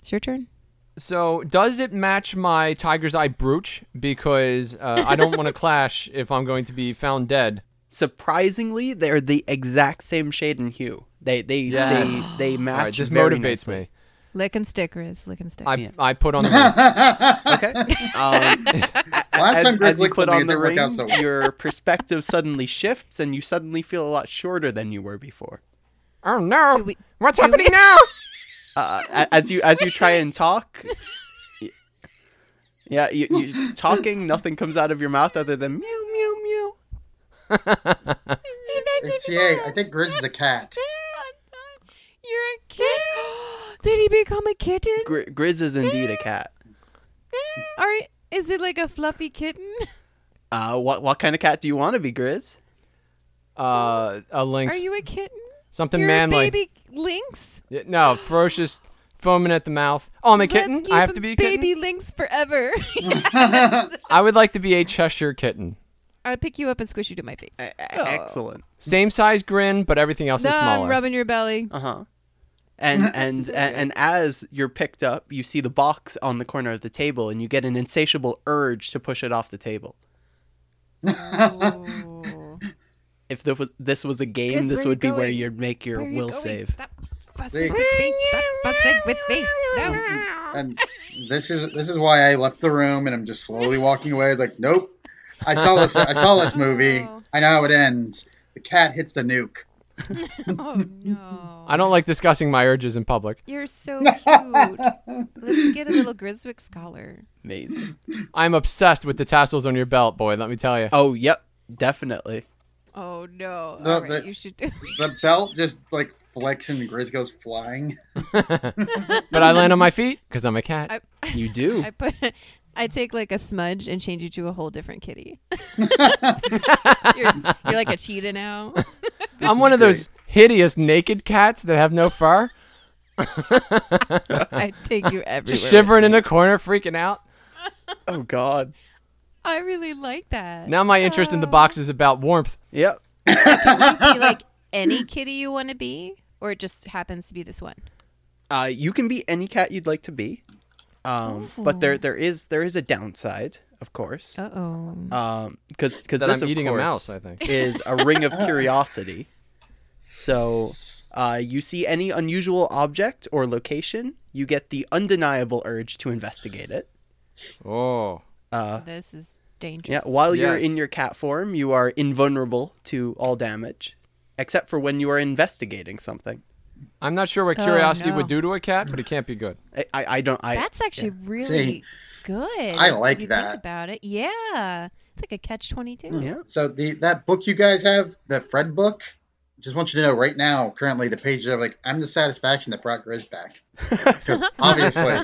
It's your turn. [LAUGHS] So, does it match my tiger's eye brooch? Because uh, I don't want to [LAUGHS] clash if I'm going to be found dead. Surprisingly, they're the exact same shade and hue. They they Yes. they, they match. All right, this very motivates nicely. me. Lick and stick, Riz. Lick and stick. I, Yeah. I put on the [LAUGHS] ring. Okay. Um, [LAUGHS] Last as, time Grizz as you licked put me, it on the didn't work ring, out so well. your perspective suddenly shifts, and you suddenly feel a lot shorter than you were before. Oh no! Do we- What's do we- happening [LAUGHS] now? Uh, a- as you as you try and talk, y- yeah, you, you talking. Nothing comes out of your mouth other than meow meow meow. It's, yeah, I think Grizz is a [LAUGHS] cat. You're a kid. [GASPS] Did he become a kitten? Gri- Grizz is indeed a cat. Are is it like a fluffy kitten? Uh, what what kind of cat do you want to be, Grizz? Uh, a Are lynx. you a kitten? Something You're manly. a baby lynx. Yeah, No, ferocious, foaming at the mouth. Oh, I'm a kitten. Let's keep I have to be a kitten. baby lynx forever. I would like to be a Cheshire kitten. I pick you up and squish you to my face. E- e- Oh. Excellent. Same size grin, but everything else No, is I'm smaller. rubbing your belly. Uh huh. [LAUGHS] And and, and and as you're picked up, you see the box on the corner of the table, and you get an insatiable urge to push it off the table. Oh. If this was, this was a game, Chris, this where would be you where going? you'd make your Where are you will going? save. Stop fussing with me. Stop fussing with me. No. And this is this is why I left the room and I'm just slowly walking away. It's like, nope. I saw this. [LAUGHS] I saw this movie. I know how it ends. The cat hits the nuke. Oh no. I don't like discussing my urges in public. You're so cute. Let's get a little Griswick scholar. Amazing. I'm obsessed with the tassels on your belt, boy. Let me tell you. Oh, yep, definitely. Oh no. No, All right, that- you should do The belt just like flicks and Grizz goes flying. But I land on my feet because I'm a cat. I, You do. [LAUGHS] I put I take like a smudge and change you to a whole different kitty. you're, you're like a cheetah now. I'm one of those hideous naked cats that have no fur, [LAUGHS] I take [LAUGHS] you everywhere. just shivering in a corner, freaking out. Oh God. I really like that. Now my interest Oh. in the box is about warmth. Yep. Be [LAUGHS] like any kitty you want to be, or it just happens to be this one. Uh, you can be any cat you'd like to be, um, but there there is there is a downside, of course, Uh oh. um, because because That this I'm of eating a course, mouse. I think. is a ring of curiosity. So uh, you see any unusual object or location, you get the undeniable urge to investigate it. Oh. Uh, This is dangerous. yeah, while you're Yes. in your cat form, you are invulnerable to all damage, except for when you are investigating something. I'm not sure what Oh, curiosity no. would do to a cat, but it can't be good. I, I, I don't. I That's actually really See, good. I if like you that. Hmm. Think about it. Yeah. It's like a catch 22. yeah. So the that book you guys have, the Fred book, just want you to know right now, currently the pages are like, I'm the satisfaction that brought Grizz [LAUGHS] back. Because obviously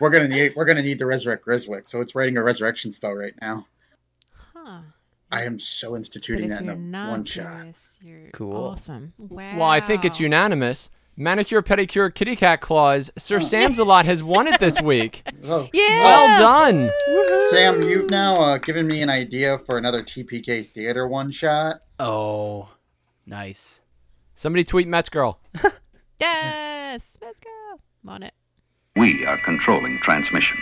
we're gonna need we're gonna need to resurrect Griswick, so it's writing a resurrection spell right now. Huh. I am so But instituting if that in you're a not one shot. curious, you're Cool. awesome. Wow. Well, I think it's unanimous. Manicure, pedicure, kitty cat claws. [LAUGHS] Sir Sam's a lot has won it this week. Oh, Yeah. Well done. Sam, you've now uh, given me an idea for another TPK theater one shot. Oh, nice. Somebody tweet Mets girl. [LAUGHS] Yes. Let's go. I'm on it. We are controlling transmission.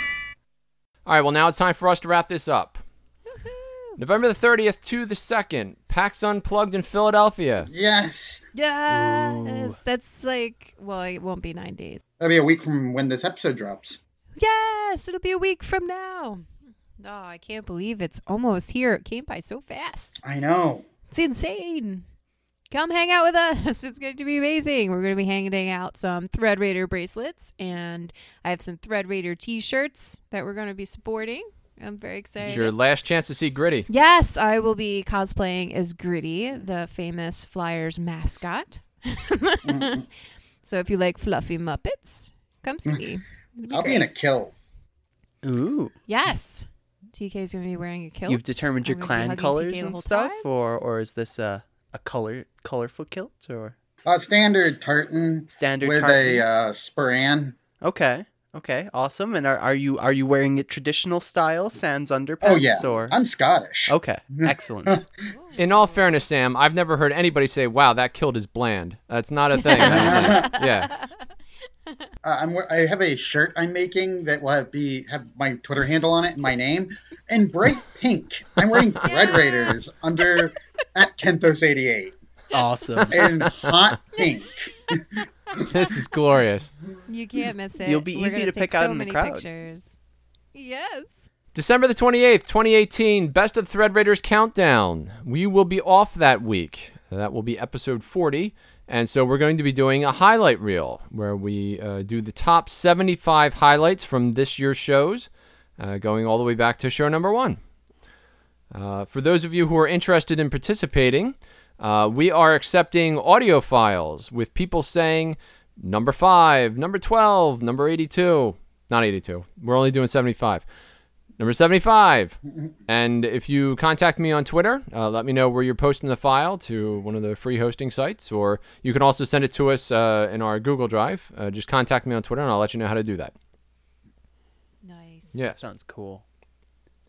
All right, well, now it's time for us to wrap this up. November the 30th to the 2nd, PAX Unplugged in Philadelphia. Yes. Yes. That's like, well, it won't be nine days. That'll be a week from when this episode drops. Yes. It'll be a week from now. Oh, I can't believe it's almost here. It came by so fast. I know. It's insane. Come hang out with us. [LAUGHS] It's going to be amazing. We're going to be hanging out some Thread Raider bracelets, and I have some Thread Raider t shirts that we're going to be supporting. I'm very It's excited. your last chance to see Gritty. Yes, I will be cosplaying as Gritty, the famous Flyers mascot. [LAUGHS] Mm-hmm. so if you like fluffy Muppets, come see me. It'll I'll be great. in a kill. Ooh. Yes. TK is going to be wearing a kilt. You've determined your I'm gonna be clan hugging colors TK the and whole stuff, time. or or is this a a color colorful kilt or Uh, standard tartan standard? with tartan? a uh, sporran. Okay. Okay. Awesome. And are, are you are you wearing it traditional style, sans underpants? Oh yeah, Or I'm Scottish. [LAUGHS] Oh. okay. [LAUGHS] Excellent. In all fairness, Sam, I've never heard anybody say, wow, that kilt is bland. That's not a thing. That's a [LAUGHS] thing. Yeah. [LAUGHS] Uh, I'm, we- I have a shirt I'm making that will have be have my Twitter handle on it and my name [LAUGHS] in bright pink. I'm wearing Red Raiders under at Kentos88 [LAUGHS] awesome. in hot pink. This is glorious. You can't miss it. You'll be We're easy to gonna take pick so out in the many crowd. Pictures. Yes. December the 28th, 2018, Best of the Thread Raiders Countdown. We will be off that week. That will be episode 40. And so we're going to be doing a highlight reel where we uh, do the top 75 highlights from this year's shows, uh, going all the way back to show number one. Uh, for those of you who are interested in participating, uh, we are accepting audio files with people saying number five, number 12, number 82. Not 82. We're only doing 75 number 75 and if you contact me on twitter uh, let me know where you're posting the file to one of the free hosting sites or you can also send it to us uh, in our google drive uh, just contact me on twitter and i'll let you know how to do that Nice. yeah Sounds cool.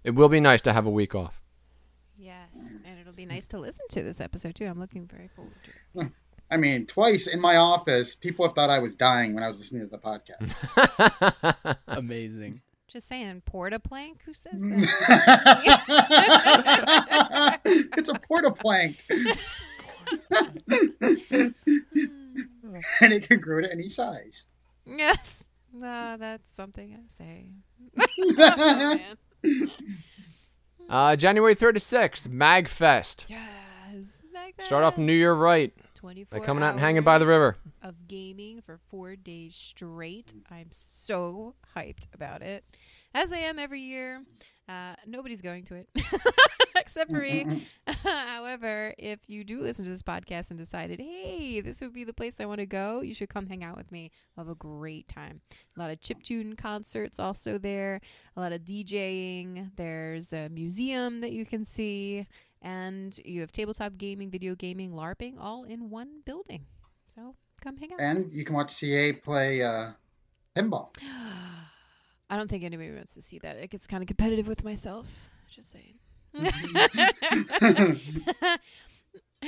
it will be nice to have a week off [LAUGHS] Yes. And it'll be nice to listen to this episode too. I'm looking very forward to it. I mean, twice in my office, people have thought I was dying when I was listening to the podcast. [LAUGHS] Amazing. Just saying, porta plank. Who says that? [LAUGHS] it's a porta plank. and it can grow to any size. [LAUGHS] yes. No, that's something I say. [LAUGHS] That's Man. uh, january 3rd to 6th magfest Yes. Back start off then, new year right by 24 coming out and hanging by the hours river Of gaming for four days straight. I'm so hyped about it, as I am every year. Uh, nobody's going to it [LAUGHS] except for me. [LAUGHS] However, if you do listen to this podcast and decided, hey, this would be the place I want to go, you should come hang out with me. We'll have a great time. A lot of chiptune concerts also there, a lot of DJing. There's a museum that you can see, and you have tabletop gaming, video gaming, LARPing all in one building. So come hang out. And you can watch CA play uh, pinball. [LAUGHS] [GASPS] I don't think anybody wants to see that. It gets kind of competitive with myself. Just saying.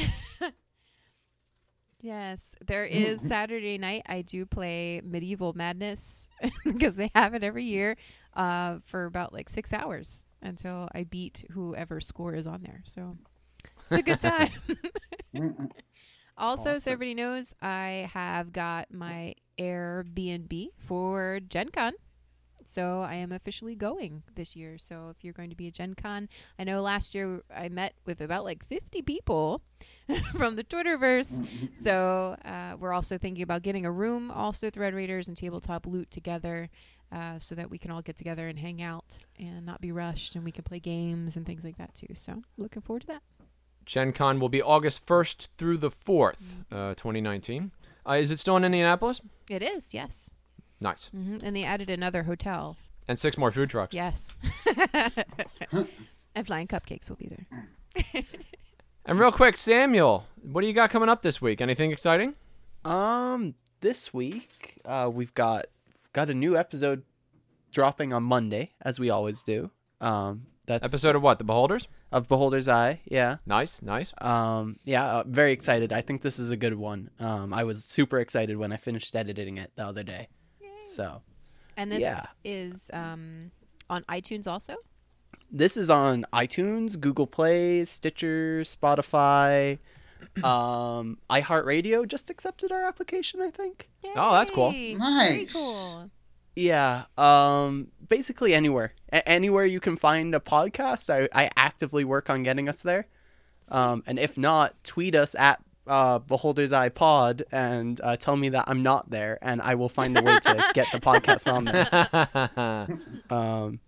[LAUGHS] yes, there is Saturday night. I do play Medieval Madness [LAUGHS] because they have it every year uh, for about like six hours until I beat whoever score is on there. So it's a good time. [LAUGHS] Also, so everybody knows, I have got my Airbnb for Gen Con. So I am officially going this year. So if you're going to be at Gen Con, I know last year I met with about like 50 people [LAUGHS] from [LAUGHS] the Twitterverse. so uh, we're also thinking about getting a room, also Thread Raiders and Tabletop Loot together, uh, so that we can all get together and hang out and not be rushed, and we can play games and things like that too. So looking forward to that. gen con will be august 1st through the 4th uh, 2019 uh, is it still in indianapolis It is, yes. nice hmm And they added another hotel and six more food trucks [LAUGHS] Yes. and flying cupcakes will be there. And real quick, Samuel, what do you got coming up this week? Anything exciting? Um, this week uh, we've got got a new episode dropping on Monday, as we always do. Um, that's Episode of what? The Beholders? of Beholder's Eye. Yeah. Nice, nice. Um, yeah. Uh, very excited. I think this is a good one. Um, I was super excited when I finished editing it the other day. So And this Yeah. is um, on iTunes also. this is on iTunes, Google Play, Stitcher, Spotify, um, iHeartRadio. Just accepted our application, I think. Oh, that's cool. Yay. Very Nice. cool. Yeah. Um basically anywhere. A- anywhere you can find a podcast, I, I actively work on getting us there. Um and if not, tweet us at uh, Beholder's Eye Pod and uh, tell me that I'm not there, and I will find a way to get the podcast on there. Um,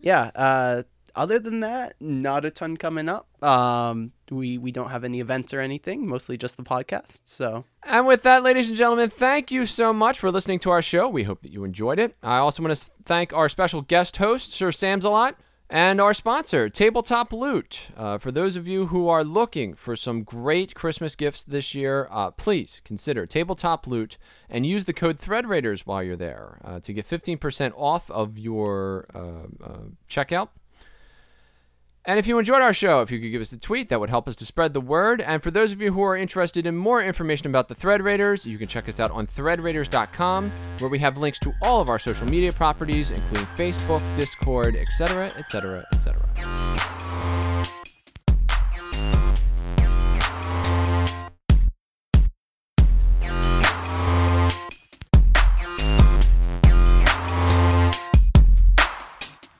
yeah. Uh, other than that, not a ton coming up. Um, we we don't have any events or anything. Mostly just the podcast. So [LAUGHS] And with that, ladies and gentlemen, thank you so much for listening to our show. We hope that you enjoyed it. I also want to thank our special guest host, Sir Samsalot, and our sponsor, Tabletop Loot. Uh, for those of you who are looking for some great Christmas gifts this year, uh, please consider Tabletop Loot and use the code ThreadRaiders while you're there uh, to get 15% off of your uh, uh, checkout. And if you enjoyed our show, if you could give us a tweet, that would help us to spread the word. And for those of you who are interested in more information about the Thread Raiders, you can check us out on threadraiders.com, where we have links to all of our social media properties, including Facebook, Discord, etc., etc., etc.